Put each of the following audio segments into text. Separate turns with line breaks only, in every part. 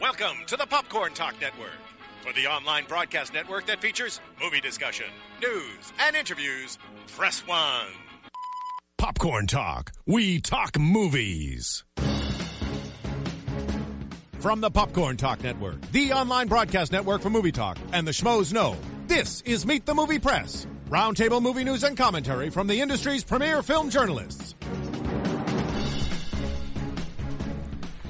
Welcome to the Popcorn Talk Network, for the online broadcast network that features movie discussion, news, and interviews. Press one.
Popcorn Talk. We talk movies. From the Popcorn Talk Network, the online broadcast network for movie talk, and the schmoes know, this is Meet the Movie Press, roundtable movie news and commentary from the industry's premier film journalists.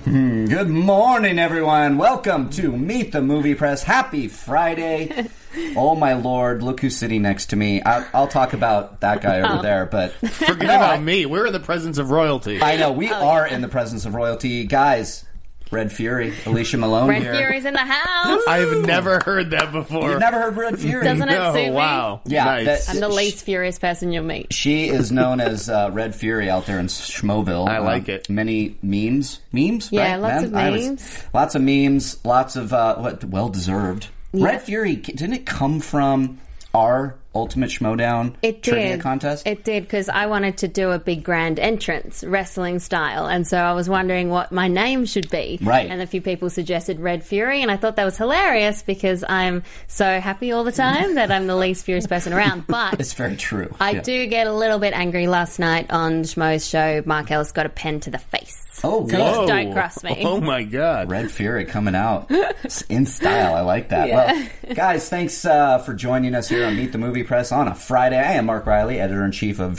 Good morning, everyone. Welcome to Meet the Movie Press. Happy Friday. oh, my Lord. Look who's sitting next to me. I, I'll talk about that guy
Oh.
over there, but
Forget about me. We're in the presence of royalty.
I know
Oh,
we are in the presence of royalty. Guys, Red Fury, Alicia Malone
Red
here.
Fury's in the house.
I've never heard that before.
You've never heard Red Fury.
Doesn't it
no,
suit me?
wow.
Yeah,
nice.
that-
I'm the least furious passenger mate.
She is known as uh, Red Fury out there in Schmoville. Um,
I like it.
Many memes, memes.
Yeah,
right,
lots
man?
of
I always-
memes.
lots of memes. Lots of uh, what well deserved. Red Fury didn't it come from our Ultimate Schmodown
It did.
trivia contest?
It did because I wanted to do a big grand entrance, wrestling style, and so I was wondering what my name should be.
Right.
And a few people suggested Red Fury, and I thought that was hilarious because I'm so happy all the time that I'm the least furious person around. But
it's very true.
I
Yeah.
do get a little bit angry. Last night on Schmo's show, Mark Ellis got a pen to the face.
Oh,
So
whoa.
just don't cross me.
Oh my god.
Red Fury coming out It's in style. I like that. Well, guys, thanks uh, for joining us here on Meet the Movie Press on a Friday. I am Mark Riley, editor in chief of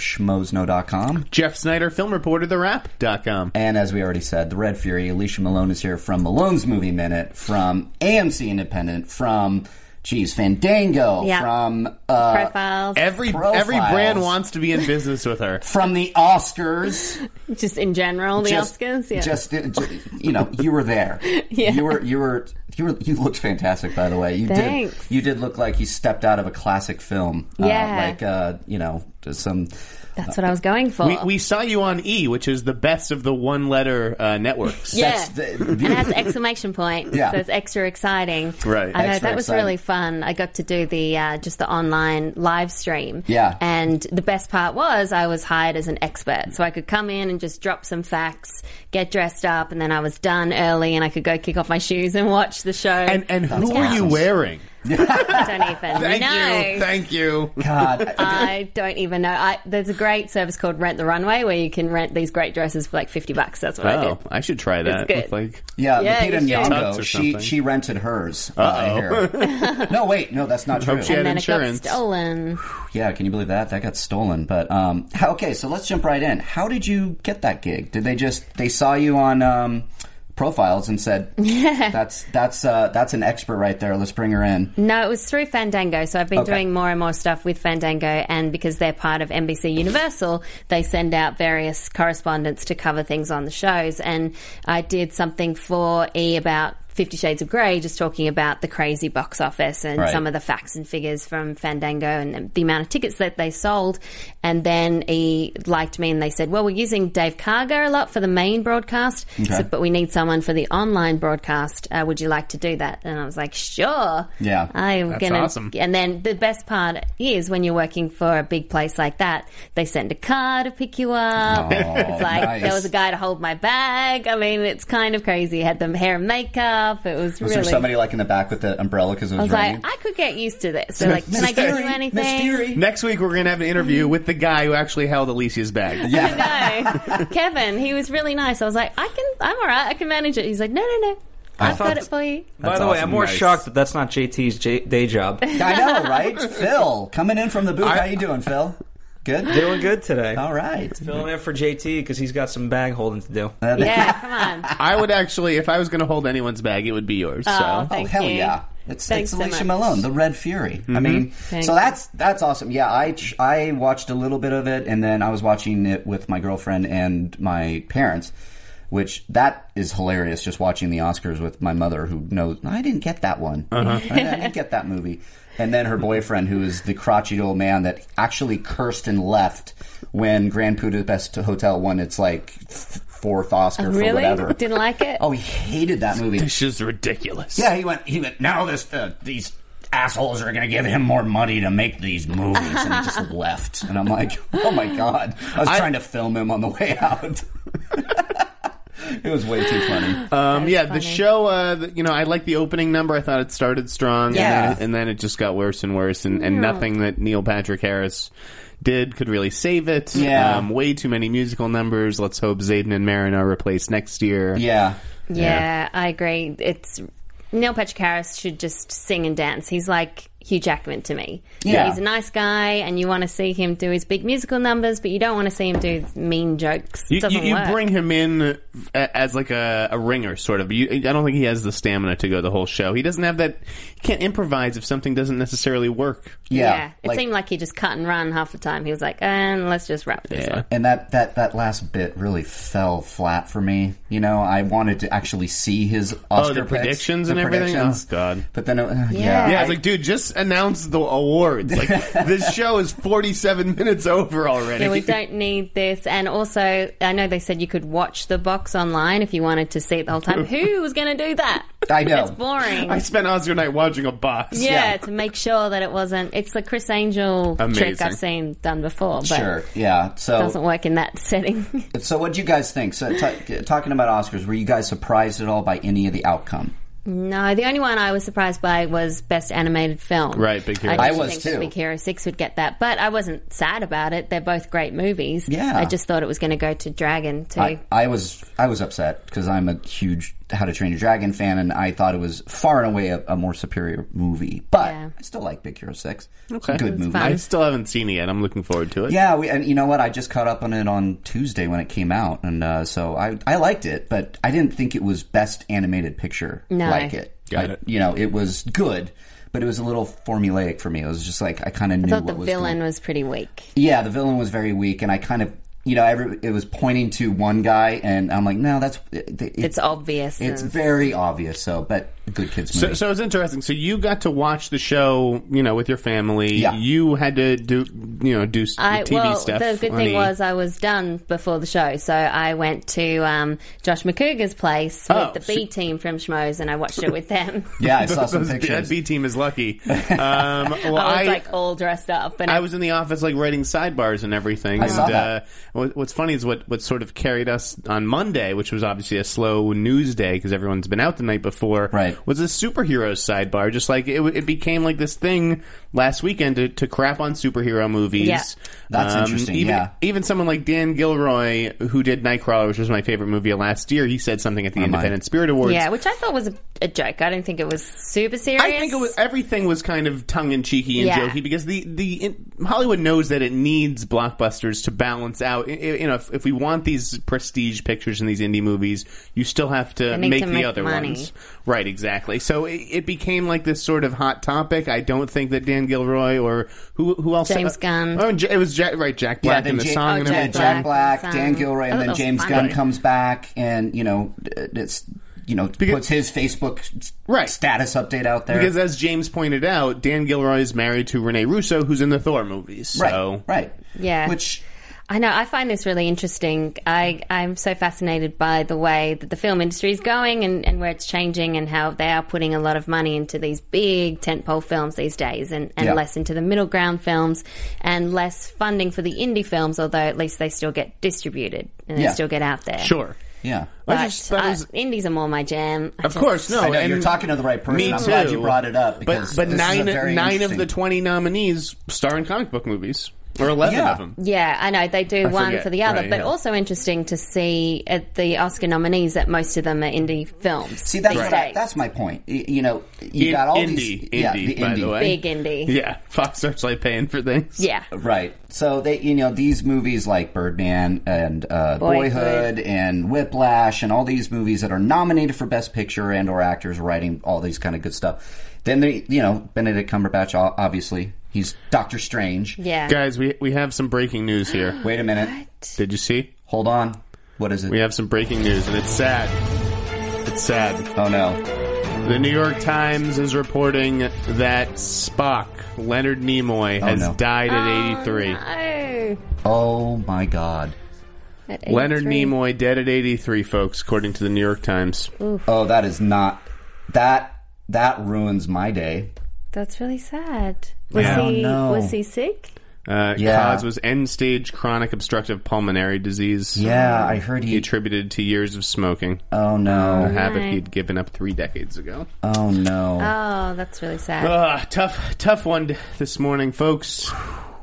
schmozno.com.
Jeff Snyder, film reporter, therap.com.
And as we already said, the Red Fury, Alicia Malone is here from Malone's Movie Minute, from AMC Independent, from, geez, Fandango,
Yeah.
from uh,
Profiles,
Every
Profiles.
every brand wants to be in business with her.
from the Oscars.
just in general, the
just,
Oscars. Yeah.
Just, uh, ju- you know, you were there. You were, you were, you were, you looked fantastic, by the way. You
Thanks.
did, you did look like you stepped out of a classic film.
Yeah.
Uh, like, uh, you know, just some,
That's what I was going for.
We, we saw you on E, which is the best of the one letter uh, networks.
yeah.
that's the-
and it has an exclamation point.
Yeah.
So it's extra exciting.
Right.
I know
Extra
that was
exciting.
really fun. I got to do the uh, just the online live stream.
Yeah.
And the best part was I was hired as an expert. So I could come in and just drop some facts, get dressed up, and then I was done early and I could go kick off my shoes and watch the show.
And and who are you
awesome.
wearing?
I don't even
Thank
know.
you. Thank you.
God,
I don't even know. I, there's a great service called Rent the Runway where you can rent these great dresses for like 50 bucks. That's what I
Oh,
did.
I should try that.
It's good.
With, like
yeah,
Yeah,
Lupita
you should.
Tux
Nyong'o,
or
she,
something.
she rented hers. Uh, here. no, wait, no, that's not true.
she had
and then
insurance.
it got stolen.
Yeah, can you believe that? That got stolen. But um, how- okay, so let's jump right in. How did you get that gig? Did they just they saw you on um, profiles and said, "That's that's uh, that's an expert right there. Let's bring her in."
No, it was through Fandango. So I've been doing more and more stuff with Fandango, and because they're part of NBC Universal, they send out various correspondents to cover things on the shows. And I did something for E about Fifty Shades of Grey, just talking about the crazy box office and
Right.
some of the facts and figures from Fandango and the amount of tickets that they sold. And then E liked me, and they said, "Well, we're using Dave Cargo a lot for the main broadcast, so, but we need someone for the online broadcast. Uh, would you like to do that?" And I was like, "Sure."
Yeah.
I'm gonna.
awesome.
And then the best part is when you're working for a big place like that, they send a car to pick you up. it's like
Oh, nice.
there was a guy to hold my bag. I mean, it's kind of crazy. Had them hair and makeup. It was,
Was
really.
there somebody like in the back with the umbrella because it
I
was,
was
raining?
like, I could get used to this. They're like, can I get you anything?
Next week, we're going to have an interview with the guy who actually held Alicia's bag.
Yeah.
No, Kevin. He was really nice. I was like, I can. I'm all right. I can manage it. He's like, no, no, no. I've
Oh.
got it for you.
By the way,
awesome.
I'm more
Nice.
shocked that that's not JT's j- day job.
I know, right? Phil, coming in from the booth. How you doing, Phil? Good.
Doing good today.
All right.
Filling in for JT because he's got some bag holding to do.
Yeah, come on.
I would actually, if I was going to hold anyone's bag, it would be yours.
Oh,
so.
Oh
thank
hell
you.
yeah! It's,
Thanks
it's
so
Alicia
much.
Malone, the Red Fury. I mean, so that's that's awesome. Yeah, I ch- I watched a little bit of it, and then I was watching it with my girlfriend and my parents, which that is hilarious. Just watching the Oscars with my mother, who knows I didn't get that one. I, I didn't get that movie. And then her boyfriend, who is the crotchety old man that actually cursed and left when Grand Budapest Hotel won its like f- fourth Oscar for
Oh, Really?
whatever.
Didn't like it.
Oh, he hated that movie.
It's just ridiculous.
Yeah, he went. He went. Now this uh, these assholes are going to give him more money to make these movies, and he just left. And I'm like, oh my god, I was trying to film him on the way out. it was way too funny.
Uh,
Um, yeah, the
funny.
show. Uh, the- you know, I like the opening number. I thought it started strong,
Yeah.
and, then, and then it just got worse and worse, and, and nothing that Neil Patrick Harris did could really save it.
Yeah.
um, way too many musical numbers. Let's hope Zayden and Marin are replaced next year.
yeah.
Yeah.
Yeah, I agree. It's Neil Patrick Harris should just sing and dance. He's like Hugh Jackman to me.
Yeah.
he's a nice guy, and you want to see him do his big musical numbers, but you don't want to see him do mean jokes.
You, you,
Doesn't
you
work.
bring him in uh, as like a, a ringer, sort of. You, I don't think he has the stamina to go the whole show. He doesn't have that. He can't improvise if something doesn't necessarily work.
Yeah.
it seemed like he just cut and run half the time. He was like, "And let's just wrap this
Yeah.
up."
and that, that, that last bit really fell flat for me. You know, I wanted to actually see his Oscar
Oh, the
picks,
predictions
the
and everything?
predictions.
Oh, God.
But then, it, uh, yeah,
Yeah.
Yeah,
I-
it's like, dude, just announce the awards. Like, this show is 47 minutes over already.
Yeah, we don't need this. And also, I know they said you could watch the box online if you wanted to see it the whole time. Who was going to do that?
I know.
It's boring.
I spent Oscar night watching a box.
yeah, to make sure that it wasn't. It's the Chris Angel trick
Amazing.
I've seen done before, but
Sure. Yeah.
doesn't
So,
work in that setting.
so what do you guys think? So, t- talking about Oscars, were you guys surprised at all by any of the outcome?
no, the only one I was surprised by was Best Animated Film.
Right, Big Hero
I, didn't
I was
think
too.
Big Hero Six would get that, but I wasn't sad about it. They're both great movies.
Yeah.
I just thought it was going to go to Dragon too.
I, I was I was upset because I'm a huge How to Train Your Dragon fan, and I thought it was far and away a, a more superior movie. But
Yeah.
I still like Big Hero Six. It's a good movie.
I still haven't seen it yet. I'm looking forward to it.
Yeah, we, and you know what? I just caught up on it on Tuesday when it came out, and uh, so I I liked it, but I didn't think it was best animated picture
No.
like it.
Got
I-
it.
You know, it was good, but it was a little formulaic for me. It was just like I kind of knew
I thought
what
the
was
villain
Going.
was pretty weak.
Yeah, the villain was very weak, and I kind of you know every, it was pointing to one guy, and I'm like, no, that's it, it-
It's obvious.
It's
and-
very obvious, so but a good kids
So,
movie.
so it's interesting. So you got to watch the show, you know, with your family.
Yeah.
You had to do, you know, do s-
I,
TV
well,
stuff.
the good
on
thing
E!
was I was done before the show, so I went to um, Josh McCougar's place with
Oh,
the
so-
B team from Schmoes, and I watched it with them.
yeah, I saw some
Those B- that
pictures.
B team is lucky. Um, well,
I
I,
was like all dressed up, and
I was in the office like writing sidebars and everything.
I
and
saw that.
Uh, what, what's funny is what, what sort of carried us on Monday, which was obviously a slow news day because everyone's been out the night before,
Right.
was a superheroes sidebar. Just like it, w- it became like this thing last weekend to, to crap on superhero movies. Um,
Yeah.
That's interesting,
Even,
yeah.
even someone like Dan Gilroy, who did Nightcrawler, which was my favorite movie of last year, he said something at the
mine.
Independent Spirit Awards.
yeah, which I thought was a, a joke. I didn't think it was super serious.
I think it was everything was kind of tongue in cheeky and
Yeah.
jokey because the the in, Hollywood knows that it needs blockbusters to balance out. I- I- You know, if, if we want these prestige pictures and these indie movies, you still have to
need
make
to
the
make
other
money.
ones right. Exactly. So it, it became like this sort of hot topic. I don't think that Dan Gilroy or who who else
James Gunn.
Oh, and J- it was Jack, right. Jack
Yeah,
Black
then
and the
Ja-
song
Oh,
and
Jack
yeah,
everything.
Jack Black,
Black,
Dan
um,
Gilroy,
I
and
thought
then
that was
James
fun.
Gunn
Right.
comes back, and you know, it's you know
Because-
puts his Facebook s-
Right.
status update out there.
Because as James pointed out, Dan Gilroy is married to Renee Russo, who's in the Thor movies.
right,
So
right,
Yeah.
Which
I know. I find this really interesting. I, I'm so fascinated by the way that the film industry is going and, and where it's changing and how they are putting a lot of money into these big tentpole films these days and, and
Yeah.
less into the middle ground films and less funding for the indie films, although at least they still get distributed and they
Yeah.
still get out there.
sure.
yeah.
I
But
just thought it
I-
was-
indies are more my jam. I
Of
just-
course, no.
I know,
and
you're talking to the right person.
Me
I'm
too.
glad you brought it up
But
because
but
this is a
nine
very
nine of the
interesting-
twenty nominees star in comic book movies, or eleven
Yeah.
of them.
Yeah, I know they do one
forget.
for the other,
Right,
but
yeah.
also interesting to see at the Oscar nominees that most of them are indie films.
See, that's
these
that,
days.
that's my point. Y- You know, you
In-
got all
indie,
these yeah,
indie,
the
by the
indie.
way.
big indie.
Yeah, Fox Searchlight paying for things.
Yeah.
Right. So they, you know, these movies like Birdman and uh, Boyhood.
Boyhood.
and Whiplash and all these movies that are nominated for Best Picture and or actors writing all these kind of good stuff. Then they, you know, Benedict Cumberbatch, o- obviously, he's Doctor Strange.
Yeah.
guys, we we have some breaking news here.
Wait a minute.
Did you see?
Hold on. What is it?
We have some breaking news, and it's sad. It's sad.
oh no.
The New York Times is reporting that Spock Leonard Nimoy has
Oh, no.
died at eighty three.
Oh, No.
Oh my God.
At
Leonard
83.
Nimoy dead at eighty three, folks, according to the New York Times.
Oh, that is not that. That ruins my day.
That's really sad. Was
Yeah.
he
Oh, no.
was he sick?
Uh,
Yeah.
Cause was end stage chronic obstructive pulmonary disease.
Yeah, I heard
He
he.
attributed to years of smoking,
Oh
a
no!
habit
Right.
he'd given up three decades ago.
Oh no!
Oh, that's really sad.
Ugh, Ah, tough, tough one d- this morning, folks.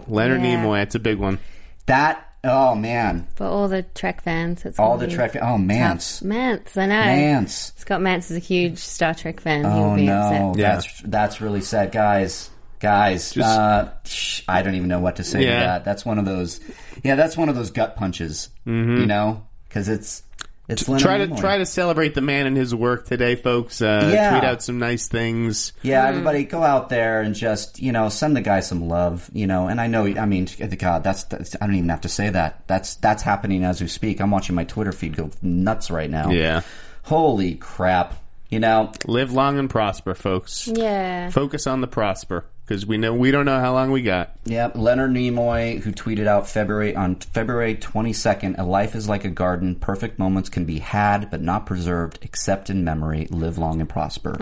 Leonard
Yeah.
Nimoy, it's a big one.
That. Oh man!
For all the Trek fans, it's
All
gonna
the
be
Trek. Oh Mance.
Mance, I know.
Mance.
Scott Mance is a huge Star Trek fan.
Oh
He'll be
no!
upset.
Yeah.
That's that's really sad, guys. Guys,
Just-
uh, shh, I don't even know what to say
Yeah.
to that. That's one of those. Yeah, that's one of those gut punches. You know, because it's it's Leonard
Mm-hmm. Try to
Nimoy.
try to celebrate the man and his work today, folks. Uh,
Yeah.
Tweet out some nice things.
Yeah, everybody go out there and just, you know, send the guy some love, you know. And I know, I mean, God, that's, that's I don't even have to say that. That's that's happening as we speak. I'm watching my Twitter feed go nuts right now.
Yeah,
Holy crap. You know,
live long and prosper, folks.
Yeah.
Focus on the prosper because we know we don't know how long we got.
yeah, Leonard Nimoy who tweeted out February on February 22nd, a life is like a garden, perfect moments can be had but not preserved except in memory. Live long and prosper.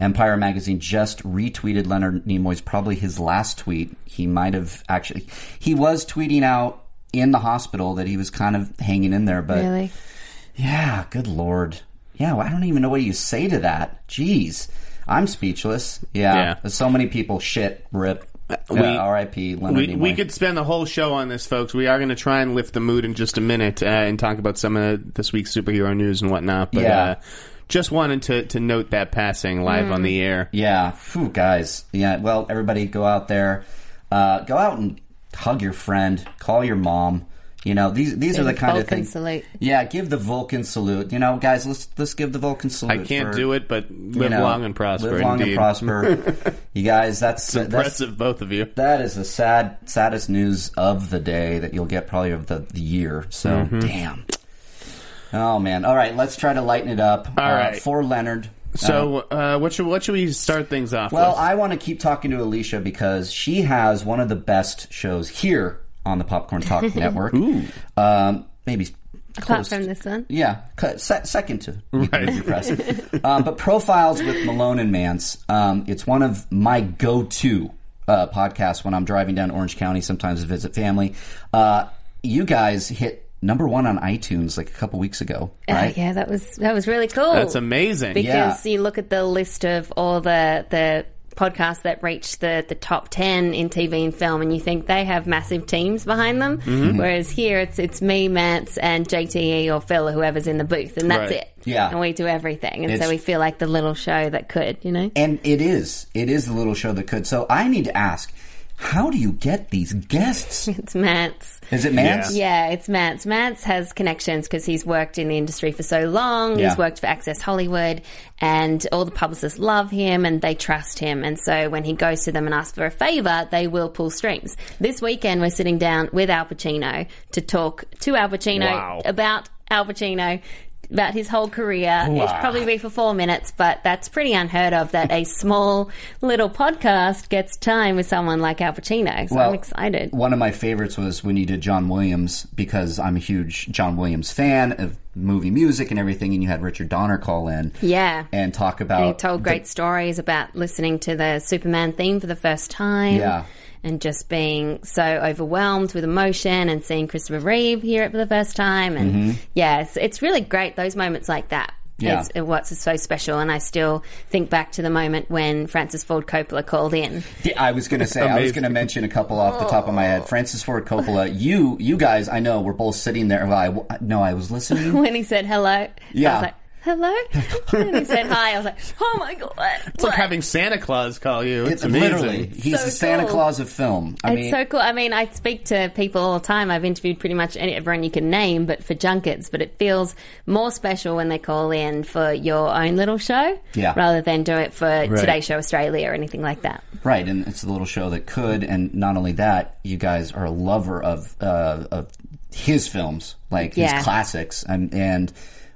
Empire magazine just retweeted Leonard Nimoy's probably his last tweet. He might have actually he was tweeting out in the hospital that he was kind of hanging in there, but
Really?
yeah, good lord. Yeah, well, I don't even know what you say to that. Jeez. I'm speechless. Yeah.
Yeah. Uh,
There's so many people shit rip. Uh,
we-
yeah, RIP Leonard
We,
Nimoy.
we could spend the whole show on this, folks. We are going to try and lift the mood in just a minute uh, and talk about some of this week's superhero news and whatnot. But
Yeah.
uh, just wanted to, to note that passing live on
Mm.
the air.
Yeah, Phew, guys. Yeah, well, everybody go out there, uh, go out and hug your friend, call your mom. You know, these these are the
the
kind of
Vulcan
things.
salute.
Yeah, give the Vulcan salute. You know, guys, let's let's give the Vulcan salute.
I can't
for,
do it, but
you
live
know,
long and prosper.
Live long
indeed.
and prosper. you guys, that's that's Uh-huh.
Impressive, both of you.
that is the sad saddest news of the day that you'll get probably of the, the year. So damn. Oh man. All right, let's try to lighten it up. All right,
right.
for Leonard.
So, uh, what should what should we start things off
Well,
with?
I want to keep talking to Alicia because she has one of the best shows here on the Popcorn Talk Network. Ooh. Um, maybe
Apart
close.
from this one.
yeah, cu- se- second to right. Press. um, but Profiles with Malone and Mance, um, it's one of my go-to uh, podcasts when I'm driving down Orange County sometimes to visit family. Uh, you guys hit number one on iTunes like a couple weeks ago,
Oh,
right?
yeah, that was that was really cool.
That's amazing.
because you look at the list of all the the podcasts that reach the the top 10 in TV and film and you think they have massive teams behind them
Mm-hmm.
whereas here it's it's me Mance and JTE or Phil or whoever's in the booth and that's
Right.
it
Yeah.
and we do everything and
It's-
so we feel like the little show that could you know
And it is. It is the little show that could. So I need to ask, how do you get these guests?
it's Mance
Is it Mance?
Yeah, it's Mance. Mance has connections because he's worked in the industry for so long.
Yeah.
He's worked for Access Hollywood, and all the publicists love him and they trust him. And so when he goes to them and asks for a favor, they will pull strings. This weekend, we're sitting down with Al Pacino to talk to Al Pacino
Wow.
about Al Pacino. About his whole career. It'd probably be for four minutes, but that's pretty unheard of that a small little podcast gets time with someone like Al Pacino. So I'm excited.
One of my favorites was when you did John Williams because I'm a huge John Williams fan of movie music and everything, and you had Richard Donner call in.
Yeah.
And talk
And he
about
told great stories about listening to the Superman theme for the first time.
Yeah.
And just being so overwhelmed with emotion and seeing Christopher Reeve hear it for the first time. And yeah, it's, it's really great, those moments like that.
Yeah.
is what's so special, and I still think back to the moment when Francis Ford Coppola called in.
Yeah, I was going to say I was
Amazing.
going to mention a couple off the top of my
Oh.
head. Francis Ford Coppola, you you guys, I know we're both sitting there. Well, I, no, I was listening.
When he said hello, I
Yeah.
was like, hello? and he said hi, I was like, oh my god.
it's like having Santa Claus call you. It's
It-
amazing.
literally, he's
So
the Santa
cool.
Claus of film. I mean,
it's so cool. I mean, I speak to people all the time. I've interviewed pretty much any, everyone you can name, but for junkets. But it feels more special when they call in for your own little show,
Yeah.
rather than do it for Today Show Australia or anything like that.
Right, and it's the little show that could, and not only that, you guys are a lover of uh, of his films, like
Yeah.
his classics, and and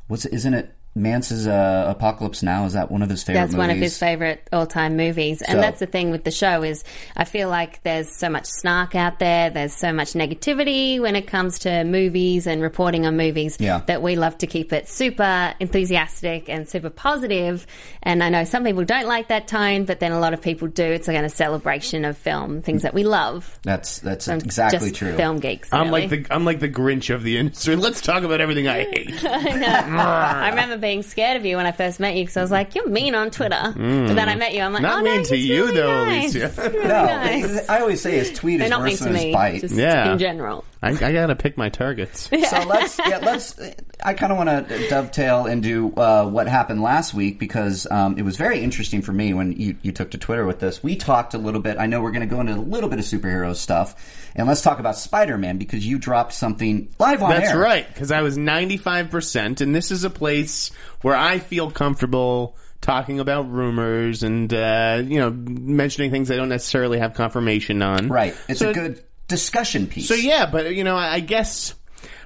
what's isn't it? Mance's uh, Apocalypse Now is that one of his favorite?
That's one of
movies?
his favorite all-time movies, and
So-
that's the thing with the show is I feel like there's so much snark out there, there's so much negativity when it comes to movies and reporting on movies
Yeah.
that we love to keep it super enthusiastic and super positive. And I know some people don't like that tone, but then a lot of people do. It's like a celebration of film, things that we love.
That's that's
I'm
exactly
just
true.
Film geeks.
I'm like
really.
the I'm like the Grinch of the industry. Let's talk about everything I hate.
I remember being scared of you when I first met you because I was like, "You're mean on Twitter." But then I met you, I'm like,
Not
"Oh
mean
no,
to
he's
you
really
though,
nice.
Alicia.
Really
Mm. No,
nice.
I always say his tweet
They're
is
not mean
worse
to
than his
me,
bite.
just
Yeah.
in general.
I, I gotta pick my targets.
so let's yeah let's i kind of want to dovetail into uh, what happened last week because um, it was very interesting for me when you, you took to twitter with this we talked a little bit i know we're going to go into a little bit of superhero stuff and let's talk about spider-man because you dropped something live on
That's
air
right, because I was 95%, and this is a place where I feel comfortable talking about rumors and, uh, you know, mentioning things I don't necessarily have confirmation on.
right it's
So-
a good discussion piece
So, yeah, but, you know, I, I guess,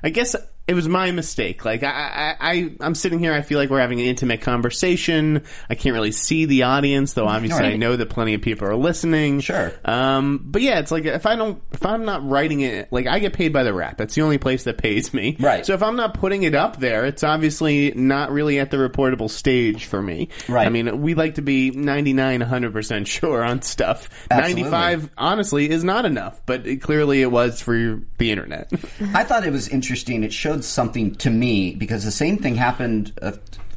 I guess it was my mistake. Like, I, I, I, I'm sitting here, I feel like we're having an intimate conversation. I can't really see the audience, though obviously I
Right.
know that plenty of people are listening.
Sure.
Um, but yeah, it's like if I don't, if I'm not writing it, like I get paid by the rap. That's the only place that pays me.
Right.
So if I'm not putting it up there, it's obviously not really at the reportable stage for me.
Right.
I mean, we like to be 99, 100% sure on stuff.
Absolutely.
95, honestly, is not enough, but it, clearly it was for the internet.
I thought it was interesting. It showed something to me because the same thing happened a,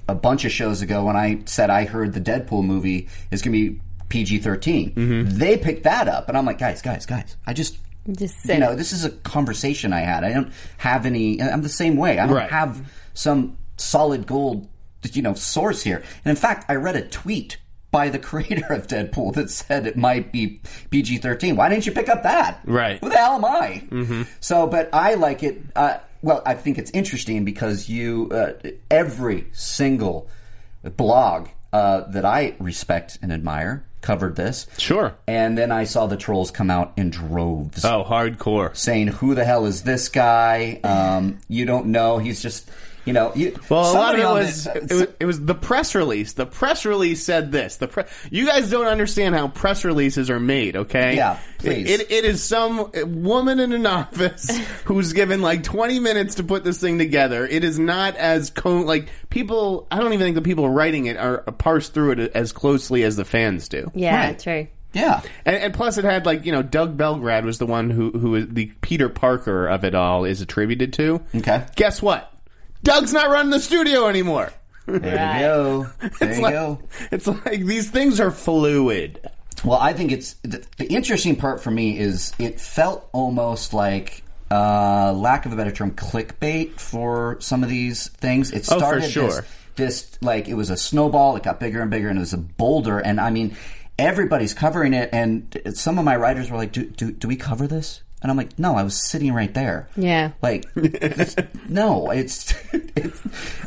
a bunch of shows ago when I said I heard the Deadpool movie is going to be PG 13. They picked that up, and I'm like, guys, guys, guys, I just.
Just said
you know,
it.
this is a conversation I had. I don't have any. I'm the same way. I don't
Right.
have some solid gold, you know, source here. And in fact, I read a tweet by the creator of Deadpool that said it might be PG-13. Why didn't you pick up that?
Right. Mm-hmm.
Who the hell am I? So, but I like it. Uh, well, I think it's interesting because you, uh, every single blog uh, that I respect and admire covered this.
Sure.
And then I saw the trolls come out in droves
Oh, hardcore.
saying, "Who the hell is this guy? Um, you don't know. He's just, you know." You,
Well, a lot
somebody
of it
on
was,
the-
it was it was the press release. The press release said this. The pre- you guys don't understand how press releases are made. Okay,
Yeah, please.
It, it, it is some woman in an office who's given like twenty minutes to put this thing together. It is not as co- like people. I don't even think the people writing it are parse through it as closely as the fans do.
Yeah,
Right.
true.
yeah.
And, and plus, it had like you know Doug Belgrad was the one who who is the Peter Parker of it all is attributed to.
Okay.
Guess what? Doug's not running the studio anymore.
There you go. There you
like,
go.
It's like these things are fluid.
Well, I think it's the, the interesting part for me is it felt almost like. Uh, lack of a better term, clickbait for some of these things. It
Oh, for
started this,
sure.
this like it was a snowball. It got bigger and bigger, and it was a boulder. And I mean, everybody's covering it. And some of my writers were like, "Do do, do we cover this?" And I'm like, "No, I was sitting right there."
Yeah.
Like, this- no, it's, it's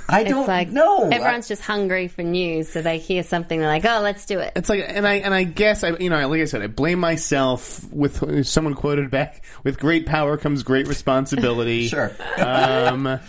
I
It's
don't
like
know.
everyone's
I-
just hungry for news, so they hear something, they're like, "Oh, let's do it."
It's like, and I and I guess I, you know, like I said, I blame myself. With someone quoted back, "With great power comes great responsibility."
Sure.
Um, and,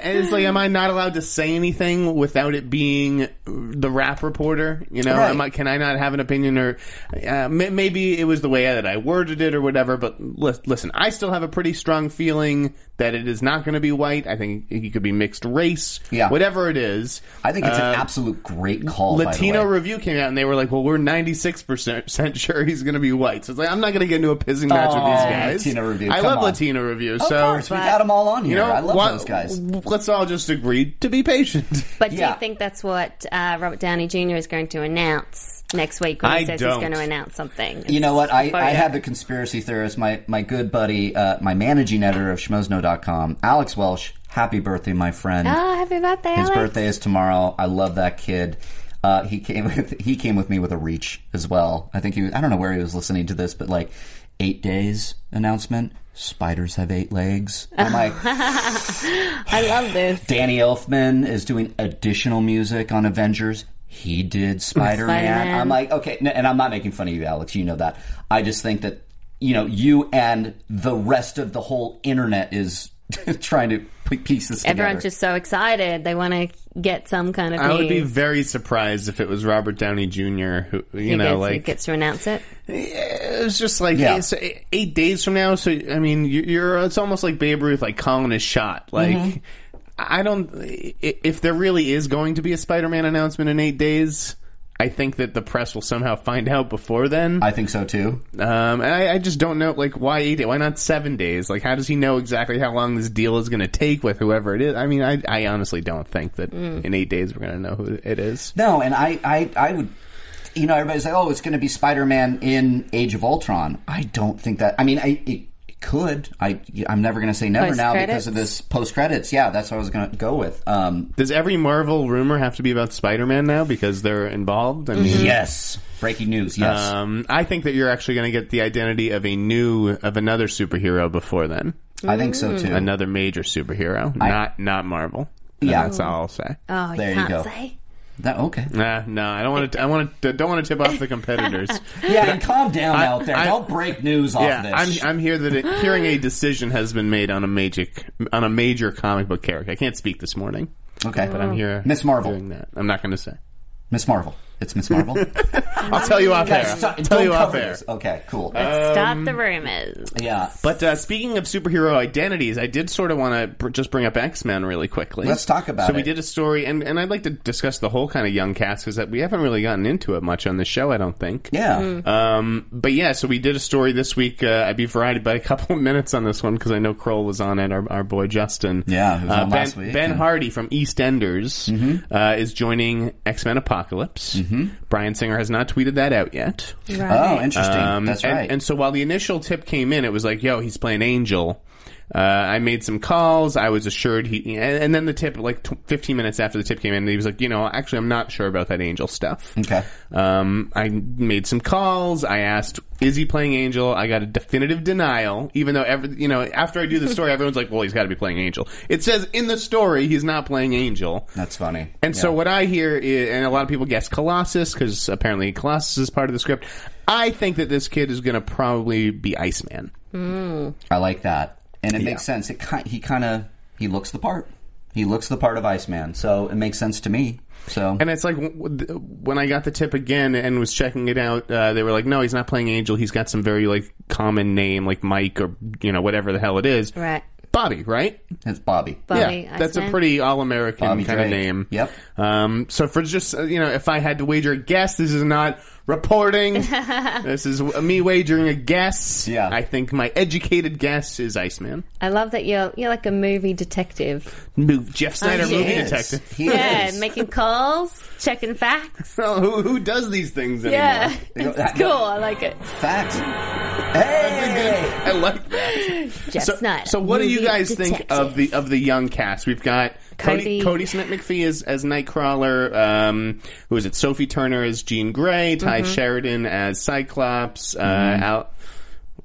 and it's like, am I not allowed to say anything without it being the rap reporter? You know,
Right.
am I, can I not have an opinion? Or uh, may, maybe it was the way that I worded it or whatever. But li- listen, I still have a pretty strong feeling that it is not going to be white. I think he could be mixed race.
Yeah.
Whatever it is.
I think it's
Uh,
an absolute great call.
Latino
by the way.
review came out and they were like, "Well, we're ninety six percent sure he's going to be white." So it's like I'm not going to get into a pissing match with
Oh,
these guys.
Latino review,
I
come
love
on.
Latino review.
Of
so
course, we got them all on here. I love
wha-
those guys.
Let's all just agree to be patient.
But do
yeah.
you think that's what uh, Robert Downey Jr. is going to announce next week when he
I
says
don't.
he's going to announce something?
You know what? I,
But
I
yeah.
had the conspiracy theorist, my, my good buddy, uh, my managing editor of schmozno.com, Alex Welsh. Happy birthday, my friend.
Oh, happy birthday,
His
Alex.
birthday is tomorrow. I love that kid. Uh, he came with he came with me with a reach as well. I think he was, I don't know where he was listening to this, but like eight days announcement. Spiders have eight legs. I'm like
I love this.
Danny Elfman is doing additional music on Avengers. He did Spider Man.
Spider-Man.
I'm like okay, n- and I'm not making fun of you, Alex. You know that. I just think that you know you and the rest of the whole internet is trying to p- pieces together.
Everyone's just so excited. They want to get some kind of
I would be
news.
very surprised if it was Robert Downey Jr. who you
Who
know
gets, who
like
gets to announce it.
it was just like
Yeah.
it's eight, days from now. So I mean, you- you're it's almost like Babe Ruth like calling his shot. Like
Mm-hmm.
I don't i- if there really is going to be a Spider-Man announcement in eight days. I think that the press will somehow find out before then.
I think so too.
Um, and I, I just don't know, like, why eight days? Why not seven days? Like, how does he know exactly how long this deal is going to take with whoever it is? I mean, I, I honestly don't think that in eight days we're going to know who it is.
No, and I, I, I would. You know, everybody's like, "Oh, it's going to be Spider-Man in Age of Ultron." I don't think that. I mean, I, it, it could. I, I'm never going to say never now because of
Post-credits?
this post credits. Yeah, that's what I was going to go with. Um,
Does every Marvel rumor have to be about Spider-Man now because they're involved? I mean,
yes, breaking news. Yes,
um, I think that you're actually going to get the identity of a new, of another superhero before then.
I think so too.
Another major superhero, not, not Marvel. And
Yeah.
That's all I'll say.
Oh, you
There you
can't
go.
say.
That okay?
Nah, no, I don't want to, I want to, don't want to tip off the competitors.
Yeah, and calm down
I-
out there.
I-
don't break news off
Yeah,
this.
I'm, I'm here that it, hearing a decision has been made on a major on a major comic book character. I can't speak this morning,
okay,
but I'm here.
Miss Marvel.
doing that. I'm not going to say.
Miss Marvel. It's Miss Marvel.
I'll tell you off air.
Guys,
I'll
stop-
tell
don't
you off
cover
air. Uh,
this. Okay, cool.
Start
Um,
the rumors.
yeah,
But uh, speaking of superhero identities, I did sort of want to br- just bring up X Men really quickly.
Let's talk about
so So we
it.
did a story, and, and I'd like to discuss the whole kind of young cast because we haven't really gotten into it much on the show, I don't think.
yeah. Oh,
Um, but yeah, so we did a story this week. Uh, I'd be varied by a couple of minutes on this one because I know Kroll was on it. Our, our boy Justin,
Yeah, Mm-hmm. who was
Uh,
on
ben,
last week,
Ben
and-
Hardy from EastEnders uh, is joining X Men Apocalypse.
Mm-hmm.
Brian Singer has not tweeted that out yet.
Oh, interesting.
Um,
That's
and,
right.
And so while the initial tip came in, it was like, "Yo, he's playing Angel." Uh, I made some calls. I was assured he, and, and then the tip, like t- 15 minutes after the tip came in, he was like, "You know, actually, I'm not sure about that Angel stuff."
okay.
Um, I made some calls. I asked, "Is he playing Angel?" I got a definitive denial. Even though, every, you know, after I do the story, everyone's like, "Well, he's got to be playing Angel." It says in the story he's not playing Angel.
That's funny.
And so what I hear, is, and a lot of people guess Colossus because apparently Colossus is part of the script. I think that this kid is going to probably be Iceman.
I like that, and it makes sense. It ki- he kind of he looks the part. He looks the part of Iceman, so it makes sense to me. So
And it's like w- w- when I got the tip again and was checking it out, uh, they were like, "No, he's not playing Angel. He's got some very like common name, like Mike or you know whatever the hell it is."
Right.
Bobby, right?
it's Bobby.
Bobby,
yeah, that's a
Iceman.
pretty all-American
Bobby
kind of
Drake.
name.
Yep.
Um, so for just uh, you know, if I had to wager a guess, this is not reporting. this is me wagering a guess.
Yeah.
I think my educated guess is Iceman.
I love that you're you're like a movie detective.
Move Jeff Snyder,
he
movie
He is.
detective.
He
Yeah,
is.
making calls, checking facts.
Well, who who does these things anymore?
Yeah,
That-
it's cool. I like it.
Facts.
Good.
Hey.
I like that.
Jeff
So,
Snyder.
so what do you
movie
guys think
detective.
of the of the young cast? We've got Cody
Cody.
Cody Smith McPhee as, as Nightcrawler. Um, who is it? Sophie Turner as Jean Grey. Ty
Mm-hmm.
Sheridan as Cyclops. Uh, Al-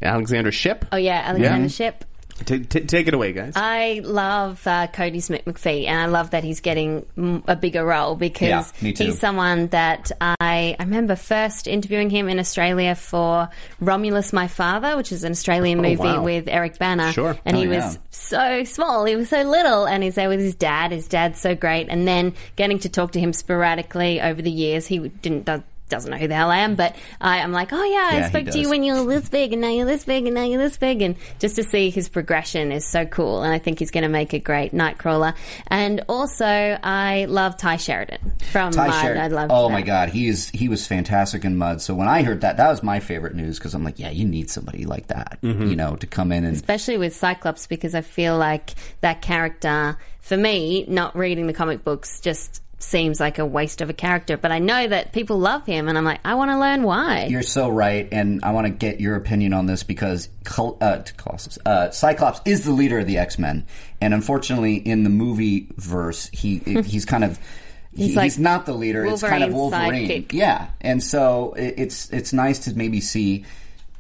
Alexander Ship.
Uh,
Oh yeah, Alexander
Yeah.
Ship.
T- t- take it away, guys.
I love uh, Cody Smith McPhee, and I love that he's getting mm, a bigger role because
Yeah, me too.
he's someone that I, I remember first interviewing him in Australia for Romulus, My Father, which is an Australian movie
wow.
with Eric Banner.
Sure.
And
Oh,
he
yeah.
was so small, he was so little, and he's there with his dad. His dad's so great. And then getting to talk to him sporadically over the years, he didn't. do- doesn't know who the hell I am, but I, I'm like, oh yeah,
Yeah,
I
he
spoke to
does.
you when you were this big, and now you're this big, and now you're this big, and just to see his progression is so cool. And I think he's going to make a great Nightcrawler. And also, I love Ty Sheridan from
Ty
Mud.
Sheridan.
I love.
oh
that.
my god, he is he was fantastic in Mud. So when I heard that, that was my favorite news because I'm like, yeah, you need somebody like that, you know, to come in and
especially with Cyclops, because I feel like that character, for me, not reading the comic books just seems like a waste of a character. But I know that people love him, and I'm like, I want to learn why.
You're so right, and I want to get your opinion on this because Col- uh, Colossus, uh, Cyclops is the leader of the X Men, and unfortunately, in the movie verse, he he's kind of he- he's,
like
not the leader. it's kind of
Wolverine's
Wolverine,
sidekick.
yeah. And so it, it's it's nice to maybe see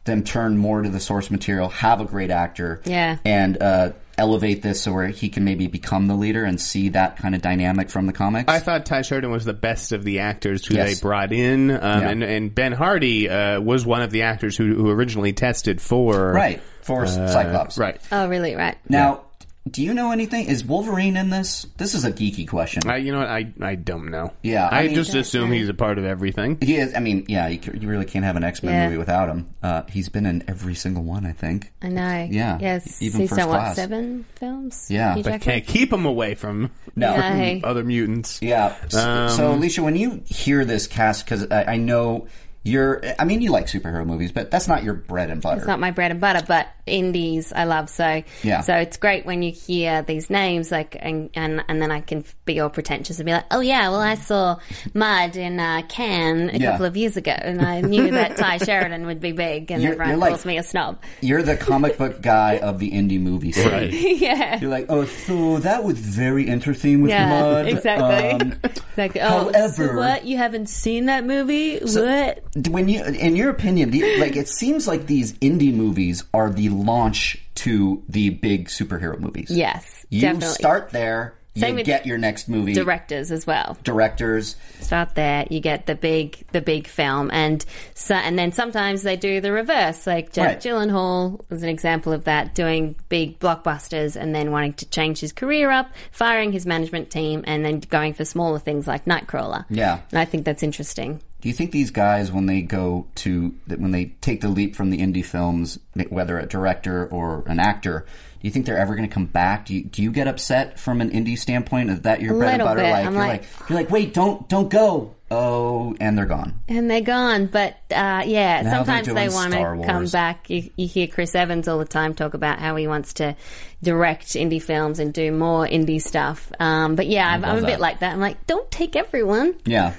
them turn more to the source material, have a great actor,
Yeah.
and uh, elevate this so where he can maybe become the leader and see that kind of dynamic from the comics.
I thought Ty Sheridan was the best of the actors who
Yes.
they brought in, um,
Yeah.
and, and Ben Hardy uh, was one of the actors who, who originally tested for
right for Cyclops,
Right.
oh, really? Right.
Now, do you know anything? Is Wolverine in this? This is a geeky question.
I, you know what? I, I don't know.
Yeah,
I,
I mean-
just assume he's a part of everything.
He is. I mean, yeah, you, c- you really can't have an X Men
Yeah.
movie without him. Uh, he's been in every single one, I think.
I know.
Yeah,
Yes.
even
He's
first
done what
class.
seven films.
Yeah,
Hugh
but
Jackman?
Can't keep him away from
No.
No.
other mutants.
Yeah. S- so, Alicia, when you hear this cast, because I, I know you're, I mean, you like superhero movies, but that's not your bread and butter.
It's not my bread and butter, but indies I love. So
Yeah.
so it's great when you hear these names, like and and, and then I can be all pretentious and be like, oh yeah, well I saw Mud in uh, Cannes a
Yeah.
couple of years ago, and I knew that Ty Sheridan would be big, and
You're-
everyone
you're like-
calls me a snob.
you're the comic book guy of the indie movie scene.
yeah.
You're like, oh, so that was very interesting with
Yeah,
mud. Um,
exactly. Like, oh,
however-
so what? You haven't seen that movie? what?
Um, when you, in your opinion, the, like it seems like these indie movies are the launch to the big superhero movies.
Yes,
you
definitely.
start there,
Same
you
with
get your next movie.
Directors as well.
directors,
start there you get the big the big film and so, and then sometimes they do the reverse like Jack
Right.
Gyllenhaal is an example of that doing big blockbusters and then wanting to change his career up firing his management team and then going for smaller things like Nightcrawler
Yeah.
and I think that's interesting
Do you think these guys, when they go to that, when they take the leap from the indie films, whether a director or an actor, do you think they're ever going to come back? Do you, do you get upset from an indie standpoint? Is that your bread and
Little
butter?
bit.
Like
I'm
you're
like-
like you're like, wait, don't don't go. Oh, and they're gone.
and they're gone but uh, yeah
they're
sometimes they
doing
want
Star
to come
Wars.
back you, you hear Chris Evans all the time talk about how he wants to direct indie films and do more indie stuff um, but yeah I'm, I'm a
love
bit
that.
like that I'm like don't take everyone
Yeah,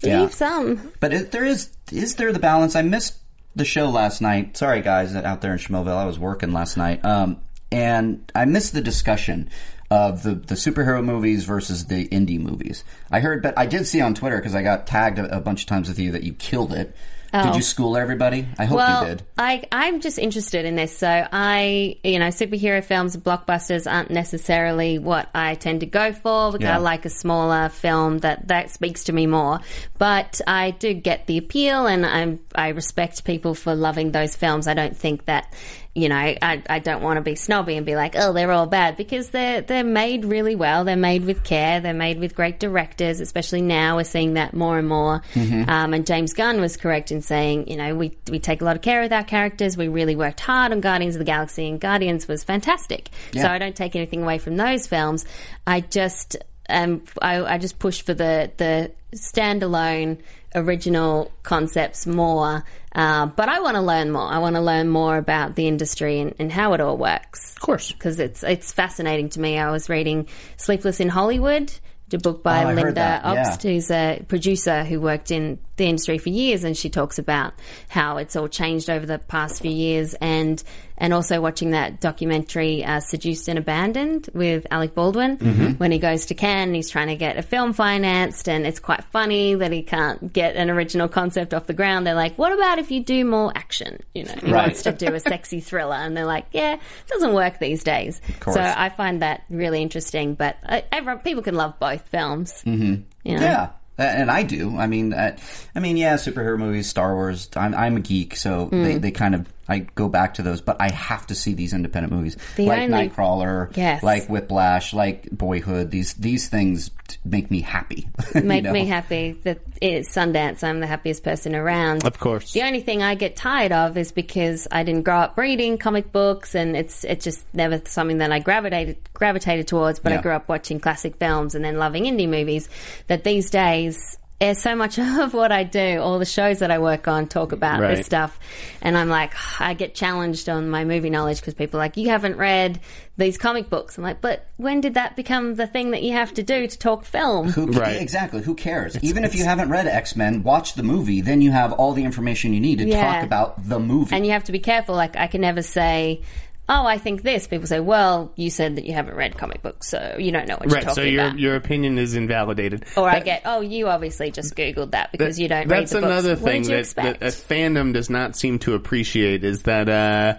yeah.
Leave some.
But it, there is is there the balance? I missed the show last night. Sorry, guys, out there in Schmoville, I was working last night, um, and I missed the discussion of the the superhero movies versus the indie movies. I heard, but I did see on Twitter because I got tagged a, a bunch of times with you that you killed it. Did you school everybody? I hope
well,
you did.
I, I'm just interested in this. So I, you know, superhero films and blockbusters aren't necessarily what I tend to go for. Like,
Yeah.
I like a smaller film that, that speaks to me more. But I do get the appeal and I'm, I respect people for loving those films. I don't think that, you know, I, I don't want to be snobby and be like, oh, they're all bad because they're, they're made really well. They're made with care. They're made with great directors, especially now we're seeing that more and more. Um, and James Gunn was correct in saying, you know, we, we take a lot of care with our characters. We really worked hard on Guardians of the Galaxy, and Guardians was fantastic. So I don't take anything away from those films. I just um, I, I just push for the the standalone original concepts more. Uh, but I want to learn more. I want to learn more about the industry and, and how it all works
Of course.
because it's it's fascinating to me. I was reading Sleepless in Hollywood, a book by
Oh, I heard
Linda
that,
Obst,
yeah.
who's a producer who worked in the industry for years, and she talks about how it's all changed over the past few years, and and also watching that documentary uh, "Seduced and Abandoned" with Alec Baldwin
Mm-hmm.
when he goes to Cannes, he's trying to get a film financed, and it's quite funny that he can't get an original concept off the ground. They're like, "What about if you do more action?" You know, he
Right.
wants to do a sexy thriller, and they're like, "Yeah, it doesn't work these days."
course.
So I find that really interesting. But I, everyone, people can love both films. You know?
Mm-hmm. Yeah. Uh, And I do. I mean, I, I mean, yeah, superhero movies, Star Wars. I'm, I'm a geek, so they,
Mm.
they kind of I go back to those. But I have to see these independent movies,
The
like
only-
Nightcrawler,
Yes.
like Whiplash, like Boyhood. These these things t- make me happy. you
make
know?
me happy that it's Sundance. I'm the happiest person around.
Of course.
The only thing I get tired of is because I didn't grow up reading comic books, and it's it's just never something that I gravitated gravitated towards. But
Yeah.
I grew up watching classic films and then loving indie movies. That these days. eh, So much of what I do, all the shows that I work on, talk about
Right.
this stuff, and I'm like, I get challenged on my movie knowledge because people are like, you haven't read these comic books. I'm like, but when did that become the thing that you have to do to talk film?
Who, ca-
Right.
Exactly. Who cares? Even if you haven't read X Men, watch the movie. Then you have all the information you need to
Yeah.
talk about the movie.
and you have to be careful. Like I can never say, "Oh, I think this." People say, "Well, you said that you haven't read comic books, so you don't know what you're
Right,
talking
so your
about."
your opinion is invalidated.
or I
That-
get, "Oh, you obviously just googled that because
that-
you don't read
That's
the books."
another
what
thing
did you
that,
expect?
that a fandom does not seem to appreciate is that uh,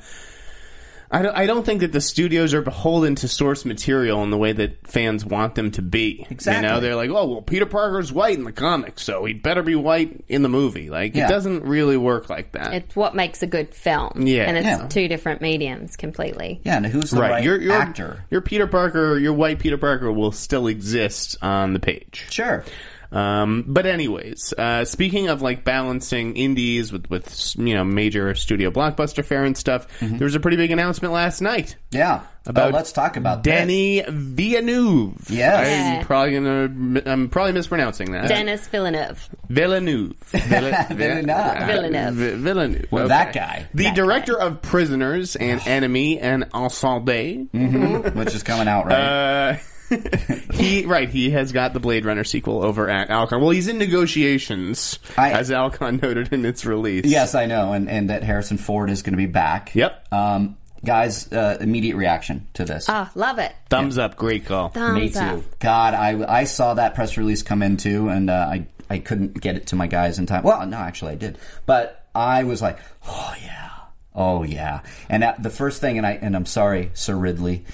I don't, I don't think that the studios are beholden to source material in the way that fans want them to be.
Exactly.
You know, they're like, oh, well, Peter Parker's white in the comics, so he'd better be white in the movie. Like,
Yeah.
it doesn't really work like that.
It's what makes a good film.
Yeah.
And it's
Yeah.
two different mediums completely.
Yeah, and who's the right,
your, your,
actor?
Your Peter Parker, your white Peter Parker will still exist on the page.
Sure.
Um, but anyways, uh, speaking of like balancing indies with, with, you know, major studio blockbuster fare and stuff,
Mm-hmm.
there was a pretty big announcement last night.
Yeah.
About
oh, let's talk about that.
Danny
Yes.
Villeneuve.
Yeah.
I'm probably gonna. I'm probably mispronouncing that.
Dennis Villeneuve.
Villeneuve. Vill-
Villeneuve.
Villeneuve.
Vi- Villeneuve.
Well,
okay.
that guy.
The director of Prisoners and Enemy and Ensemble.
Mm-hmm. which is coming out right.
Uh, he right. He has got the Blade Runner sequel over at Alcon. Well, he's in negotiations,
I-
as Alcon noted in its release.
Yes, I know, and, and that Harrison Ford is going to be back.
Yep.
Um, guys, uh, immediate reaction to this.
Ah, love it.
Thumbs up. Great call.
Thumbs
Me
up.
too. God, I, I saw that press release come in too, and uh, I I couldn't get it to my guys in time. Well, no, actually I did, but I was like, oh yeah, oh yeah. And that, the first thing, and I and I'm sorry, Sir Ridley,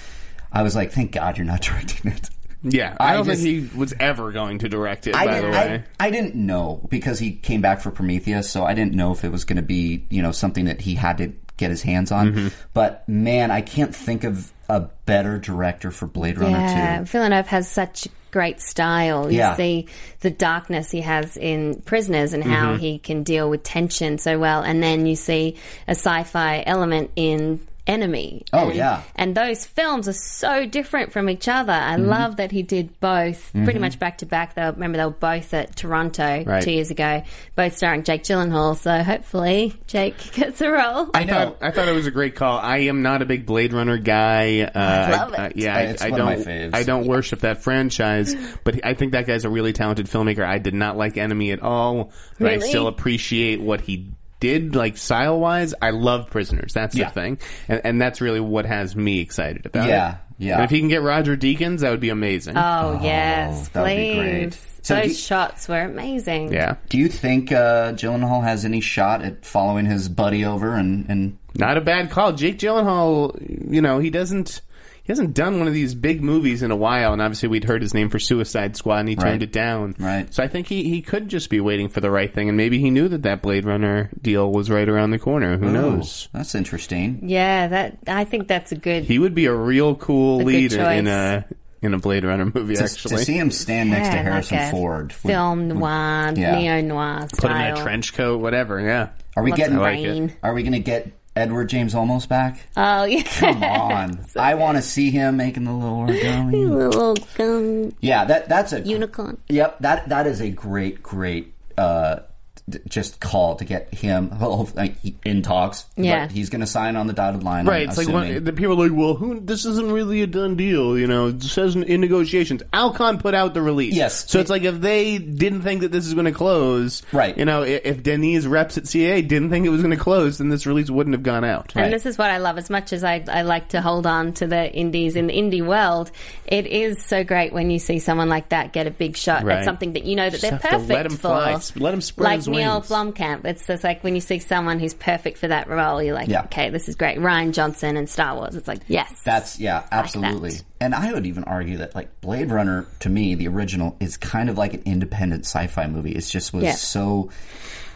I was like, thank God you're not directing it.
Yeah,
I
I, don't
just-
think he was ever going to direct it.
I
by the
didn't,
way,
I, I didn't know because he came back for Prometheus, so I didn't know if it was going to be you know something that he had to get his hands on.
Mm-hmm.
But man, I can't think of a better director for Blade Runner
Yeah,
2.
Villeneuve has such great style. You
Yeah.
see the darkness he has in Prisoners and how
Mm-hmm.
he can deal with tension so well, and then you see a sci-fi element in Enemy.
Oh,
And-
yeah.
and those films are so different from each other. I
Mm-hmm.
love that he did both pretty much back to back. Though remember they were both at Toronto
Right.
two years ago, both starring Jake Gyllenhaal. So hopefully Jake gets a role.
I thought I thought it was a great call. I am not a big Blade Runner guy. Uh, I
love it.
I- yeah,
Uh,
I,
it's
I
one of my
don't.
faves.
I don't worship that franchise, but he- I think that guy's a really talented filmmaker. I did not like Enemy at all, but I
Really?
still appreciate what he did, like style wise. I love Prisoners. That's
Yeah.
the thing, and, and that's really what has me excited about it.
Yeah, yeah. Uh,
And if he can get Roger Deakins, that would be amazing.
Oh, yes,
that would be
please.
great. So
Those
do you-
shots were amazing.
yeah,
Do you think uh, Gyllenhaal has any shot at following his buddy over and, and
not a bad call. Jake Gyllenhaal, you know, he doesn't he hasn't done one of these big movies in a while, and obviously we'd heard his name for Suicide Squad, and he
Right.
turned it down.
Right.
So I think he he could just be waiting for the right thing, and maybe he knew that that Blade Runner deal was right around the corner.
Oh.
Who knows?
That's interesting.
Yeah, that I think that's a good.
He would be a real cool
A good
lead in,
choice.
in a in a Blade Runner movie,
To,
actually.
to see him stand next to
yeah, like
Harrison
a
Ford. would-
film noir,
yeah.
neo noir style.
Put him in a trench coat, whatever. Yeah.
are we
Lots
getting?
of
like it.
rain.
Are we going to get Edward James almost back?
Oh yeah,
Come on, I want to see him making the little origami.
little um,
Yeah, that that's a
unicorn.
Yep that that is a great great uh, d- just call to get him well, like, he- in talks.
Yeah.
but he's going to sign on the dotted line.
Right,
I'm
it's like one,
assuming.
the people are like, "Well, who? This isn't really a done deal, you know." It says in, in negotiations. Alcon put out the release,
Yes.
So it's like if they didn't think that this is going to close,
Right.
You know, i- if, Denise reps at CA didn't think it was going to close, then this release wouldn't have gone out.
And this is what I love. As much as I, I like to hold on to the indies in the indie world, it is so great when you see someone like that get a big shot
Right.
at something that you know that
Just
they're
have to
perfect
let 'em
for.
fly. S- let 'em spread
Like
his
Neil
wings.
Blomkamp. It's just like when you see someone who's perfect for that role, you're like,
Yeah.
okay, this is great. Ryan Johnson and Star Wars. It's like, yes,
That's yeah, absolutely.
that.
And I would even argue that like Blade Runner to me, the original is kind of like an independent sci-fi movie. It just was
Yeah.
so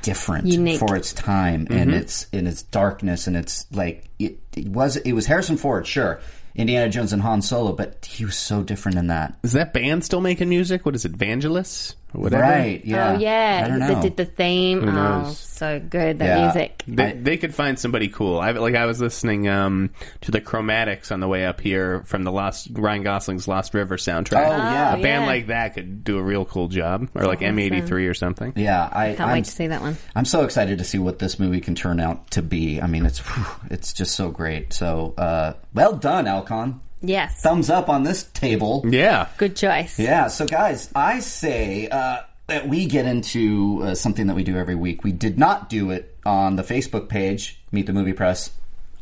different
Unique.
for its time
Mm-hmm.
and its in its darkness and its like it, it was it was Harrison Ford, sure. Indiana Jones and Han Solo, but he was so different in that.
Is that band still making music? What is it, Vangelis? Or whatever.
Right? Yeah.
Oh yeah,
I don't
they
know.
did the theme. Oh,
knows?
so good the
Yeah.
music.
They, they could find somebody cool. I like I was listening um, to the Chromatics on the way up here from the Lost Ryan Gosling's Lost River soundtrack.
Oh, yeah.
a band
yeah.
like that could do a real cool job, or like M83 or something.
yeah, I
Can't
I'm,
wait to see that one.
I'm so excited to see what this movie can turn out to be. I mean, it's whew, it's just so great. So, uh, well done, Alcon.
Yes,
Thumbs up on this table.
Yeah.
good choice.
Yeah. So, guys, I say uh, that we get into uh, something that we do every week. We did not do it on the Facebook page, Meet the Movie Press,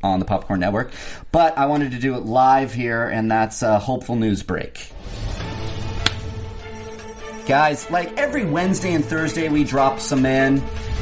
on the Popcorn Network, but I wanted to do it live here, and that's a hopeful news break. Guys, like every Wednesday and Thursday, we drop some in.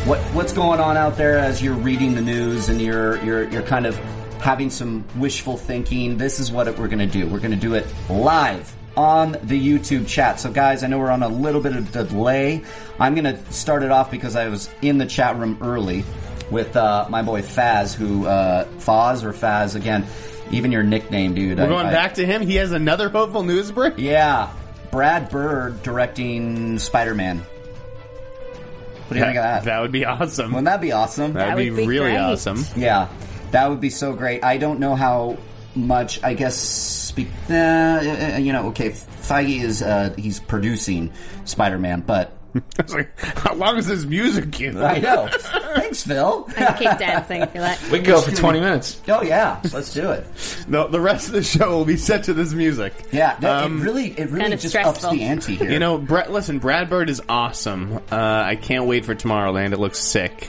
What what's going on out there as you're reading the news and you're you're you're kind of having some wishful thinking. This is what it, we're going to do. We're going to do it live on the YouTube chat. So, guys, I know we're on a little bit of delay. I'm going to start it off because I was in the chat room early with uh, my boy Faz, who uh, Faz or Faz again. Even your nickname, dude.
We're going back to him. He has another hopeful news break.
Yeah, Brad Bird directing Spider-Man. What do you think of that?
would be awesome.
Wouldn't that be awesome?
That would be,
would be
really
great.
awesome.
Yeah, that would be so great. I don't know how much. I guess speak. Uh, uh, uh, you know, okay. Feige is uh, he's producing Spider Man, but
I was like, how long is this music cue?
I know. Thanks, Phil.
And keep dancing if you like.
We can go for 20 minutes.
oh yeah, let's do it.
The, the rest of the show will be set to this music.
Yeah, no, it really, it really
kind of
just ups
stressful.
the ante here.
Um, You know, Brett, listen, Brad Bird is awesome. Uh, I can't wait for Tomorrowland. It looks sick.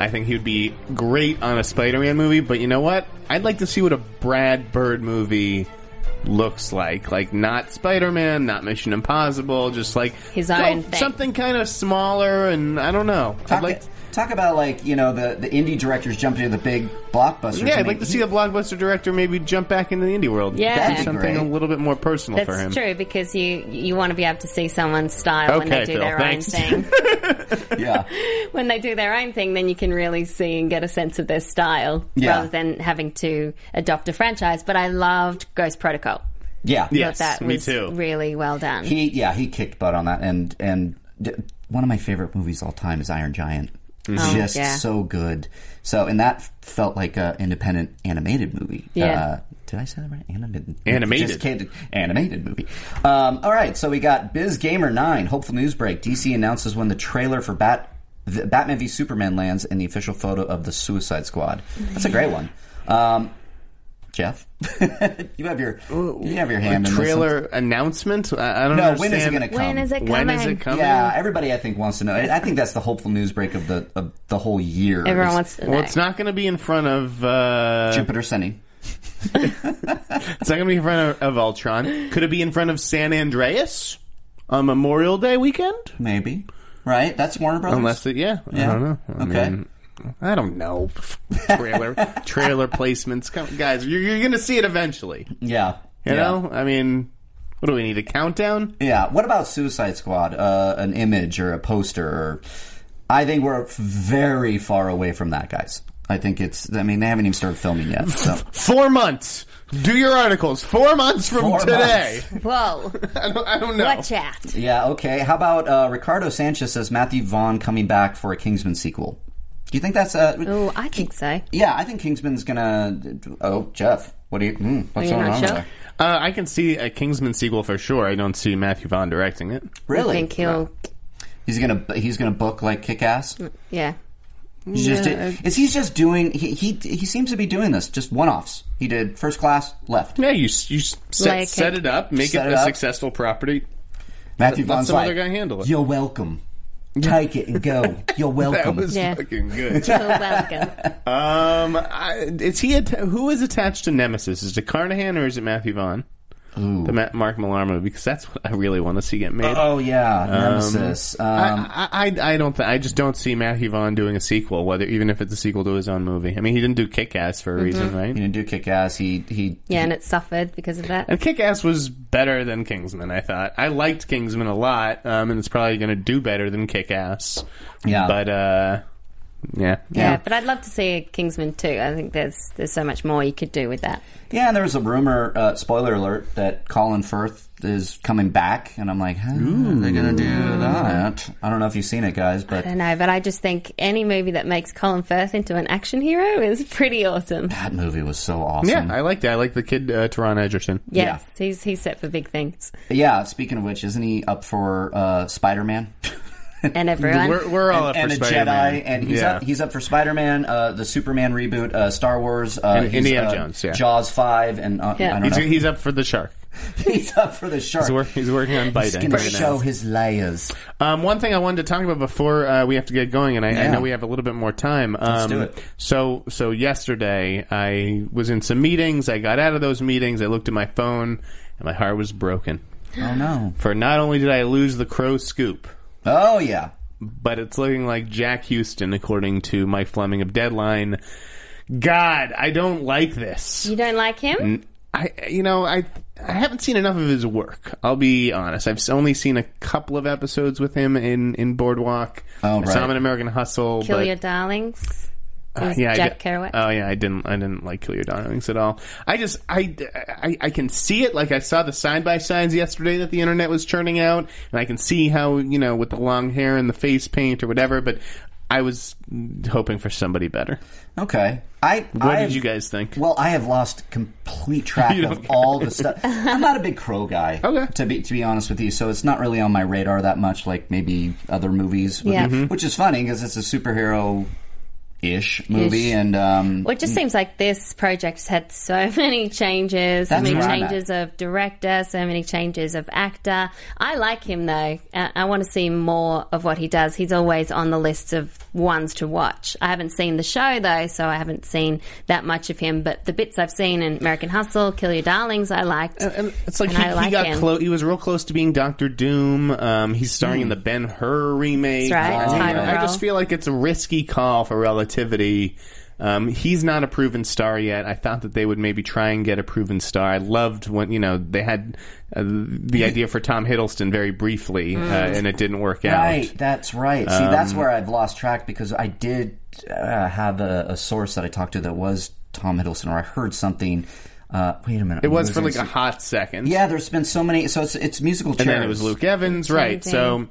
I think he would be great on a Spider-Man movie, but you know what? I'd like to see what a Brad Bird movie looks like. Like not Spider-Man, not Mission Impossible, just like
His
go-
own thing.
something kind of smaller and I don't know.
talk,
I'd like
talk about like you know the the indie directors jumping into the big blockbusters.
Yeah,
I
I'd
mean,
like to
he-
see a blockbuster director maybe jump back into the indie world.
Yeah. That'd be
something
great.
a little bit more personal for him.
That's true because you you want to be able to see someone's style when
Okay,
they do
Phil,
their
thanks.
own thing.
Yeah,
when they do their own thing, then you can really see and get a sense of their style
Yeah.
rather than having to adopt a franchise. But I loved Ghost Protocol.
yeah, yeah.
Yes,
that
me
was
too.
really well done.
He yeah he kicked butt on that and and d- one of my favorite movies of all time is Iron Giant.
Mm-hmm.
Just
Oh, yeah.
so good. So and that felt like a independent animated movie.
Yeah.
Uh, did I say that right? Animated.
Animated.
Just kidding. Animated movie. Um, all right. So we got Biz Gamer Nine. Hopeful news break. DC announces when the trailer for Bat v- Batman v Superman lands and the official photo of the Suicide Squad. That's a great one. Um, Jeff, you have your you have your hand in this one.
Trailer announcement? I, I don't
No,
understand.
when is it going to come?
when is it coming?
When is it coming?
Yeah, everybody I think wants to know. I I think that's the hopeful news break of the of the whole year.
Everyone
is
wants to know.
Well, it's not going to be in front of. Uh,
Jupiter sending.
it's not going to be in front of, of Ultron. Could it be in front of San Andreas on Memorial Day weekend?
Maybe. Right? That's Warner Brothers.
Unless it, yeah, I don't know. I
Okay.
mean, I don't know. trailer, trailer placements. Come, guys, you're, you're going to see it eventually. You
yeah. yeah.
know, I mean, what do we need? A countdown?
Yeah. What about Suicide Squad? Uh, an image or a poster or I think we're very far away from that, guys. I think it's I mean, they haven't even started filming yet. So
Four months. Do your articles. Four months from
Four
today.
Whoa!
I, don't, I don't know.
Watch out!
Yeah, okay. How about uh, Ricardo Sanchez says Matthew Vaughn coming back for a Kingsman sequel? Do you think that's uh
Oh, I think so.
Yeah, I think Kingsman's gonna. Oh, Jeff, what do you? Mm, what's
You're
going
not
on
sure?
there?
Uh, Oh, I can see a Kingsman sequel for sure. I don't see Matthew Vaughn directing it.
I
Really?
think he'll.
He's gonna he's gonna book like Kick Ass.
Yeah.
He's just is he's just doing he, he he seems to be doing this just one offs. He did first class left.
Yeah, you s- you s- set,
Like a-
set it up, make
Set
it,
it
a
up.
successful property.
Matthew
Let
Vaughn's
some
like,
other guy handle it.
You're welcome. Take it and go. You're
That
welcome.
was
Yeah.
fucking good.
You're welcome.
um, I, is he atta- who is attached to Nemesis? Is it Carnahan or is it Matthew Vaughn? The Ma- Mark Millar movie because that's what I really want to see get made.
oh yeah, Nemesis. Um,
I, I I don't th- I just don't see Matthew Vaughn doing a sequel, whether even if it's a sequel to his own movie. I mean, he didn't do Kick Ass
Mm-hmm.
for a reason, right?
he didn't do Kick Ass. He he.
Yeah, and it suffered because of that.
And Kick Ass was better than Kingsman, I thought. I liked Kingsman a lot, um, and it's probably going to do better than Kick Ass.
Yeah.
But, uh, yeah.
Yeah, but I'd love to see a Kingsman too. I think there's there's so much more you could do with that.
Yeah, and there was a rumor. Uh, spoiler alert: that Colin Firth is coming back, and I'm like, huh, they're gonna do that. I don't know if you've seen it, guys, but
I don't know, but I just think any movie that makes Colin Firth into an action hero is pretty awesome.
that movie was so awesome.
Yeah, I liked it. I liked the kid, uh, Teron Edgerton.
Yes, he's he's set for big things,
Yeah, Speaking of which, isn't he up for uh, Spider Man?
and everyone.
We're, we're all up
and
for
a
Spider-Man.
Jedi, and he's
yeah.
up. He's up for Spider Man, uh, the Superman reboot, uh, Star Wars, uh,
And
he's,
Indiana
uh,
Jones, yeah.
Jaws five, and uh,
Yeah.
I don't
he's,
know.
he's up for the shark.
He's up for the shark.
He's, work, he's working on
He's
biting
gonna
right
show
now.
his layers.
Um, one thing I wanted to talk about before uh, we have to get going, and I, I
Yeah.
know we have a little bit more time. Um,
do it.
So, so yesterday I was in some meetings. I got out of those meetings. I looked at my phone, and my heart was broken.
Oh no!
For not only did I lose the Crow scoop,
Oh yeah.
but it's looking like Jack Houston, according to Mike Fleming of Deadline, God, I don't like this.
You don't like him?
Mm, I, you know, I, I haven't seen enough of his work. I'll be honest. I've only seen a couple of episodes with him in in Boardwalk.
Oh,
I saw
right.
him in American Hustle.
Kill
but,
your darlings. It
Uh,
was
I
Jack
di-
Kerouac.
Oh yeah, I didn't. I didn't like Kill Your Darlings at all. I just, I, I, I can see it. Like I saw the side by sides yesterday that the internet was churning out, and I can see how you know with the long hair and the face paint or whatever. But I was hoping for somebody better.
Okay. I
What
I
did you guys think?
Well, I have lost complete track
You
of
don't
all the stuff. I'm not a big Crow guy,
Okay.
to be to be honest with you. So it's not really on my radar that much, like maybe other movies, would
Yeah.
Mm-hmm.
be, which is funny because it's a superhero ish movie,
Ish.
and um,
Well, it just seems like this project's had so many changes, so
That's
many
where I'm
changes of director, so many changes of actor. I like him though. Uh, I want to see more of what he does. He's always on the list of ones to watch. I haven't seen the show though, so I haven't seen that much of him. But the bits I've seen in American Hustle, Kill Your Darlings, I liked.
And it's like
And
he,
I
he
like
got
him.
close. He was real close to being Doctor Doom. Um, he's starring in the Ben Hur remake.
Hmm. That's right,
that's
I-
Tyrell.
I just feel like it's a risky call for Relativity. Um, he's not a proven star yet. I thought that they would maybe try and get a proven star. I loved when you know they had uh,
Mm-hmm.
the idea for Tom Hiddleston very briefly, uh,
Mm.
and it didn't work out. Um,
Right, that's right. See, that's where I've lost track because I did uh, have a, a source that I talked to that was Tom Hiddleston, or I heard something. Uh, wait a minute,
It was for like a hot second.
yeah. There's been so many. So it's it's musical.
and then
chairs.
it was Luke Evans, right? So.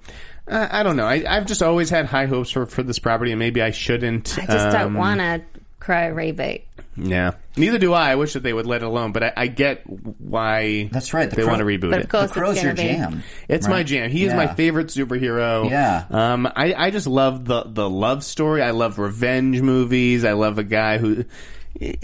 Uh, I don't know. I, I've just always had high hopes for, for this property, and maybe I shouldn't.
I just
um,
don't want a Crow reboot.
Yeah. Neither do I. I wish that they would let it alone, but I, I get why
That's right, the
they
Crow-
want to reboot
But
it.
of course,
Crow's
Oh, it's
your
going to be.
jam.
It's my
right?
jam. He is
Yeah.
my favorite superhero.
Yeah.
Um, I, I just love the, the love story. I love revenge movies. I love a guy who.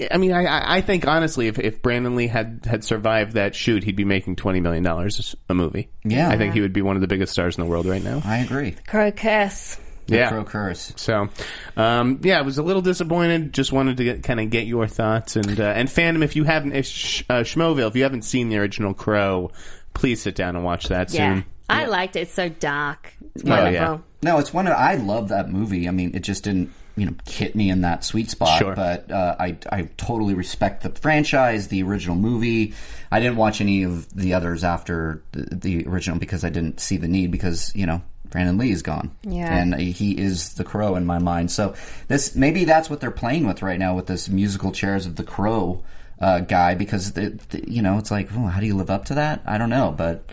I mean, I- I, I think honestly, if, if Brandon Lee had, had survived that shoot, he'd be making $20 million a movie.
Yeah.
I think he would be one of the biggest stars in the world right now.
I agree.
Crow curse.
yeah.
Crow curse.
So, um, yeah, I was a little disappointed. Just wanted to get, kind of get your thoughts and uh, and fandom. If you haven't, if Sh- uh, Schmoville, if you haven't seen the original Crow, please sit down and watch that
Yeah.
soon.
I liked it. It's so dark. It's
Oh, yeah.
wonderful.
No, it's one. Of, I love that movie. I mean, it just didn't you know hit me in that sweet spot.
Sure.
But uh, I I totally respect the franchise, the original movie. I didn't watch any of the others after the, the original because I didn't see the need because you know. Brandon Lee is gone,
Yeah.
and he is the Crow in my mind. So this maybe that's what they're playing with right now with this musical chairs of the Crow uh, guy because the, the- you know it's like oh, how do you live up to that? I don't know, but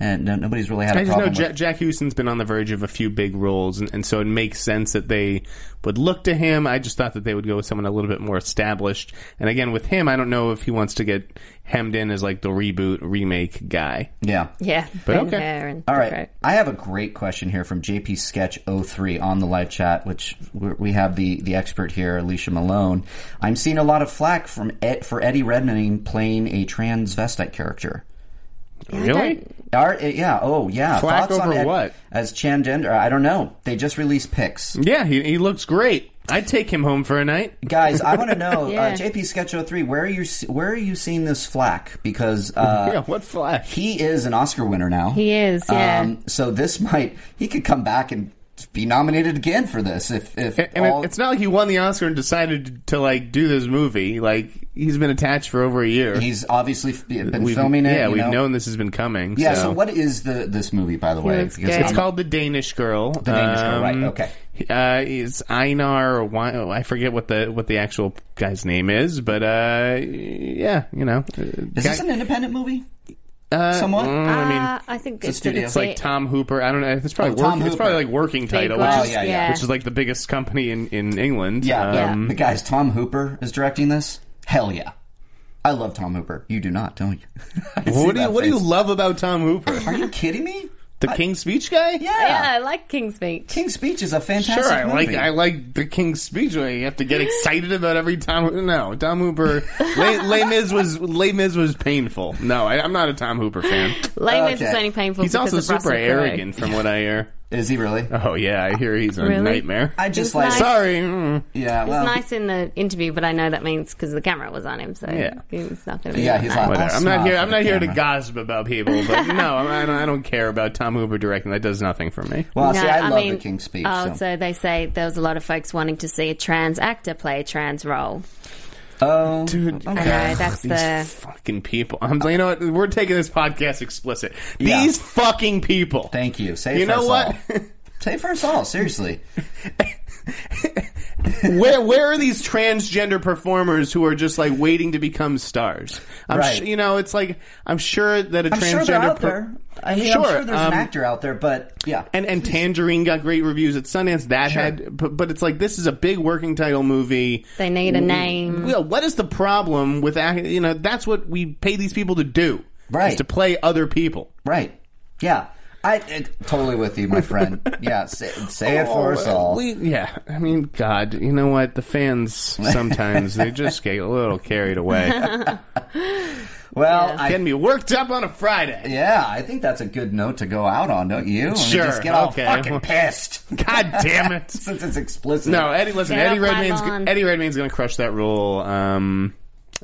and no, nobody's really had a
I just know
problem.
ja-
with,
Jack Houston's been on the verge of a few big roles, and, and so it makes sense that they would look to him. I just thought that they would go with someone a little bit more established. And again, with him, I don't know if he wants to get hemmed in as like the reboot remake guy.
yeah,
Yeah.
But
Ben
okay.
Hur and
All right.
Crow.
I have a great question here from JP Sketch 03 on the live chat, which we're- we have the, the expert here, Alicia Malone. I'm seeing a lot of flack from Ed, for Eddie Redmayne playing a transvestite character.
Really?
Are, eh, yeah. Oh, yeah.
Flack
Thoughts on
over
Ed-
what? Mm.
As transgender? I don't know. They just released pics.
Yeah, he, he looks great. I'd take him home for a night.
Guys, I want to know,
Yeah.
uh, JP Sketch 03, where are you se- where are you seeing this flack? Because uh,
yeah, what flash?
he is an Oscar winner now.
He is, yeah.
Um, so this might he could come back and be nominated again for this if if
And, and it-
all-
it's not like he won the Oscar and decided to like do this movie. Like he's been attached for over a year.
he's obviously f- been
We've-
filming it.
Yeah,
you
we've
know?
known this has been coming.
Yeah. So. what is the this movie by the way?
looks good.
It's called The Danish Girl. The
Danish Girl, right, okay.
Uh, is Einar or Wy- oh, I forget what the what the actual guy's name is, but uh, yeah, you know, uh,
is
guy-
this an independent movie?
uh,
Somewhat.
mm, I mean,
Uh, I think
a
it's,
studio.
a
it's like
bit
Tom Hooper. I don't know. It's probably
Oh, Tom
working, it's probably
Hooper.
like working
big
title,
one.
which
Oh,
is
yeah, yeah.
which is like the biggest company in in England.
Yeah, yeah.
Um,
The guy's Tom Hooper is directing this. Hell yeah. I love Tom Hooper. You do not, don't you? I see
What do you
that
What do you
face.
love about Tom Hooper?
Are you kidding me?
The King's Speech guy?
Yeah.
yeah, I like King's Speech.
King's Speech is a fantastic
Sure, I
movie.
like I like the King's Speech. Where you have to get excited about every Tom. No, Tom Hooper. Les, Les Mis was Les Mis was painful. No, I, I'm not a Tom Hooper fan.
Lame is
Oh, Okay.
only painful
He's
because
also
of Russell
super
Crowe.
arrogant, from what I hear.
Is he really?
Oh yeah, I hear he's a
Really?
nightmare.
I just
He's
like
nice.
Sorry. mm.
yeah.
It's
Well,
nice in the interview, but I know that means because the camera was on him, so
Yeah.
he's not going to.
Yeah, he's
that.
like-
Whatever.
I'll
I'm not
smile
here.
for
I'm
the
not here to
camera.
gossip about people. But no, I'm- I don't, I don't care about Tom Hoover directing. That does nothing for me.
well, "Oh, see, I, love
mean,
the King's Speech.
Oh, so.
so.
they say there was a lot of folks wanting to see a trans actor play a trans role.
oh,
Dude,
I know that's
These
the.
fucking people. I'm. You know what? We're taking this podcast explicit.
Yeah.
These fucking people.
thank you. Say
You
for
know
us
what?
all. Say for us all. Seriously.
where where are these transgender performers who are just like waiting to become stars? I'm
Right.
su- you know, it's like I'm sure that a
I'm
transgender
sure they're out
per-
there. I mean,
Sure,
I'm sure there's
um,
an actor out there, but yeah.
and and Tangerine got great reviews at Sundance. That
Sure.
had, but, but it's like this is a big working title movie.
They need a
Mm-hmm.
name.
Well, what is the problem with act- you know? That's what we pay these people to do,
Right.
Is to play other people.
Right. Yeah. I it, totally with you, my friend. Yeah. Say, say it for us
Oh,
all.
we- yeah, I mean, God, you know what? The fans sometimes they just get a little carried away.
Well, I,
Getting me worked up on a Friday.
yeah, I think that's a good note to go out on, don't you? I mean,
Sure,
Just get all
okay.
fucking pissed
God damn it!
since it's explicit.
No, eh- Eddie. Listen,
Get
Eddie
off my
Redmayne's
lawn.
Eddie Redmayne's going to crush that role, um,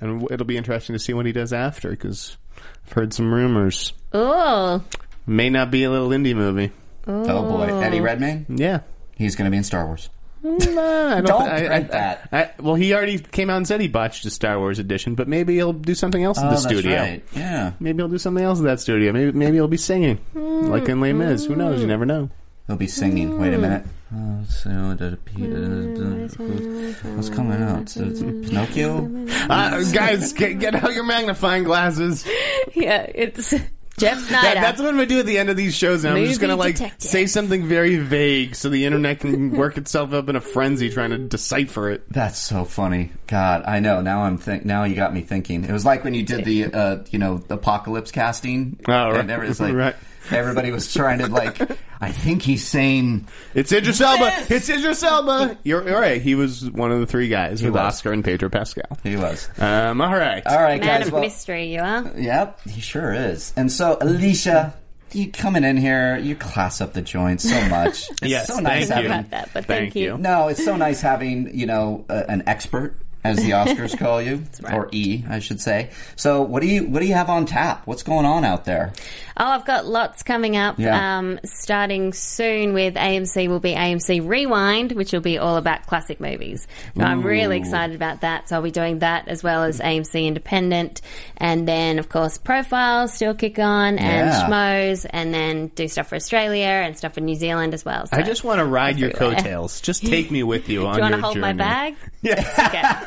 and w- it'll be interesting to see what he does after because I've heard some rumors.
Oh,
May not be a little indie movie.
Oh boy, Eddie Redmayne.
Yeah.
He's going to be in Star Wars.
Nah, I don't,
Mm, uh, Don't
thi- I-
print
I-
that.
I- well, he already came out and said he botched the Star Wars edition, but maybe he'll do something else at
oh,
the
that's
studio.
right. Yeah,
Maybe he'll do something else at that studio. Maybe maybe he'll be singing, like in Les Mis. Who
Mm-hmm.
knows? You never know.
he'll be singing. Wait a
Hmm.
minute. Oh, so the- uh, the- What's coming out? So it's Pinocchio.
Uh, guys, get, get out your magnifying glasses.
yeah, it's Jeff Snyder.
That- that's what I'm gonna do at the end of these shows. Now I'm just
Movie
gonna like
detective.
say something very vague so the internet can work itself up in a frenzy trying to decipher it.
That's so funny. God, I know. Now I'm think. Now you got me thinking. It was like when you did the, uh, you know, apocalypse casting.
Oh, right.
And every- it's like
Right.
everybody was trying to like. I think he's saying.
It's Idris Elba. It's Idris Elba. You're, all right. He was one of the three guys with
was.
Oscar and Pedro Pascal.
He was.
Um. All right.
All right,
Man
guys.
of
Well,
mystery, you are.
yep, he sure is. And so, Alicia, you coming in here? You class up the joint so much. It's
Yes,
so nice
thank you.
having.
About that, but thank,
Thank you.
No, it's so nice having you know uh, an expert. As the Oscars call you, or E, I should say. So, what do you what do you have on tap? What's going on out there?
Oh, I've got lots coming up.
Yeah.
Um, starting soon with AMC will be AMC Rewind, which will be all about classic movies. So I'm really excited about that. So I'll be doing that as well as AMC Independent, and then of course Profiles still kick on and
Yeah.
Schmoes, and then do stuff for Australia and stuff for New Zealand as well. So.
I just want to ride your
Everywhere.
coattails. Just take me with you on
Do you
your
want
journey.
to hold my bag?
Yeah.
Okay.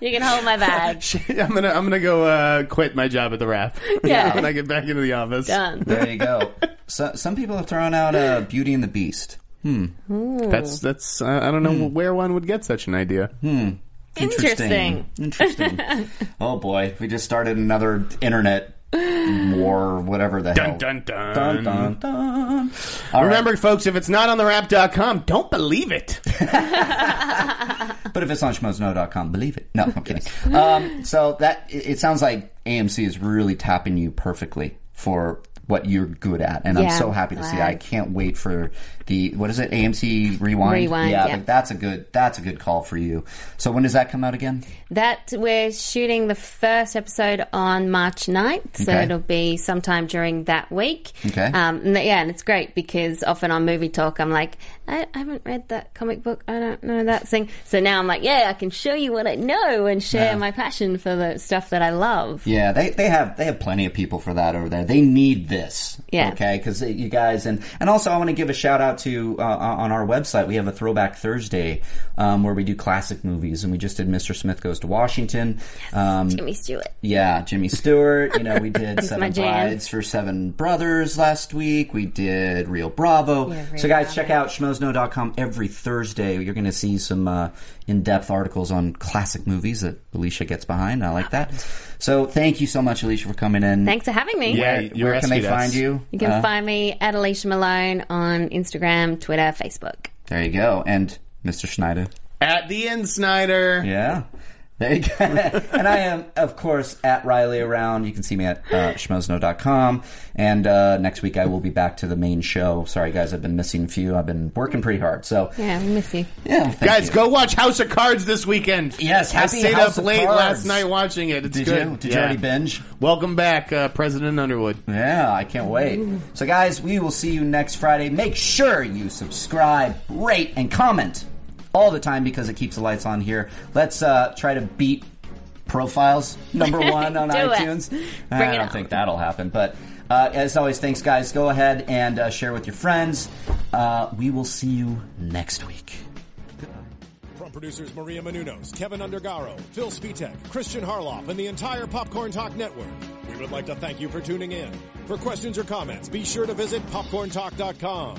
you can hold my bag.
I'm gonna I'm gonna go uh, quit my job at the rap.
Yeah.
when I get back into the office.
Done.
There you go. so, some people have thrown out uh, Beauty and the Beast.
That's that's uh, I don't know where one would get such an idea.
Interesting.
Interesting. oh boy, we just started another internet war, whatever the hell.
Dun dun.
Dun, dun, dun. All right.
Remember, folks, if it's not on therap.com, don't believe it.
but if it's on schmozno.com, believe it. No, I'm kidding. um, so that it, it sounds like AMC is really tapping you perfectly for what you're good at, and I'm
Yeah,
so happy to see.
glad.
I can't wait for the what is it? AMC Rewind.
Rewind,
Yeah,
yeah.
like, that's a good that's a good call for you. So when does that come out again?
That we're shooting the first episode on March 9th, so
Okay.
it'll be sometime during that week.
Okay.
Um, and th- yeah, and it's great because often on movie talk, I'm like, I, I haven't read that comic book, I don't know that thing. So now I'm like, yeah, I can show you what I know and share my passion for the stuff that I love.
Yeah, they, they have they have plenty of people for that over there. They need this.
Yeah.
Okay, because you guys and and also I want to give a shout out to uh, on our website we have a Throwback Thursday um, where we do classic movies and we just did Mr. Smith Goes to Washington. Um,
Jimmy Stewart.
yeah, Jimmy Stewart. You know, we did
my
Seven
jam.
Brides for Seven Brothers last week. We did Real Bravo.
Yeah, Rio
so, guys, check out schmozno.com every Thursday. You're going to see some uh, in depth articles on classic movies that Alicia gets behind. I like that. So, thank you so much, Alicia, for coming in.
Thanks for having me.
Yeah.
Where,
you
where can they
rescued us.
find you?
You can
Uh,
find me at Alicia Malone on Instagram, Twitter, Facebook.
there you go. And Mr. Schneider.
At the end, Snyder.
Yeah. There you go. and I am, of course, at Riley Around. You can see me at uh, schmozno.com. And uh, next week I will be back to the main show. Sorry, guys, I've been missing a few. I've been working pretty hard. So,
Yeah, we miss you.
yeah, thank
Guys,
you.
go watch House of Cards this weekend.
Yes, happy
I stayed
House
up
of
late
Cards.
last night watching it. It's
Did
good.
you? Did you
Yeah.
already binge?
Welcome back, uh, President Underwood.
Yeah, I can't wait. So, guys, we will see you next Friday. Make sure you subscribe, rate, and comment all the time because it keeps the lights on here. Let's uh, try to beat profiles number one on
Do it.
iTunes.
Bring
I
it
don't
on.
think that'll happen, but. Uh, as always, thanks, guys. Go ahead and uh, share with your friends. Uh, we will see you next week.
From producers Maria Menunos, Kevin Undergaro, Phil Spitek, Christian Harloff, and the entire Popcorn Talk Network, we would like to thank you for tuning in. For questions or comments, be sure to visit popcorntalk.com.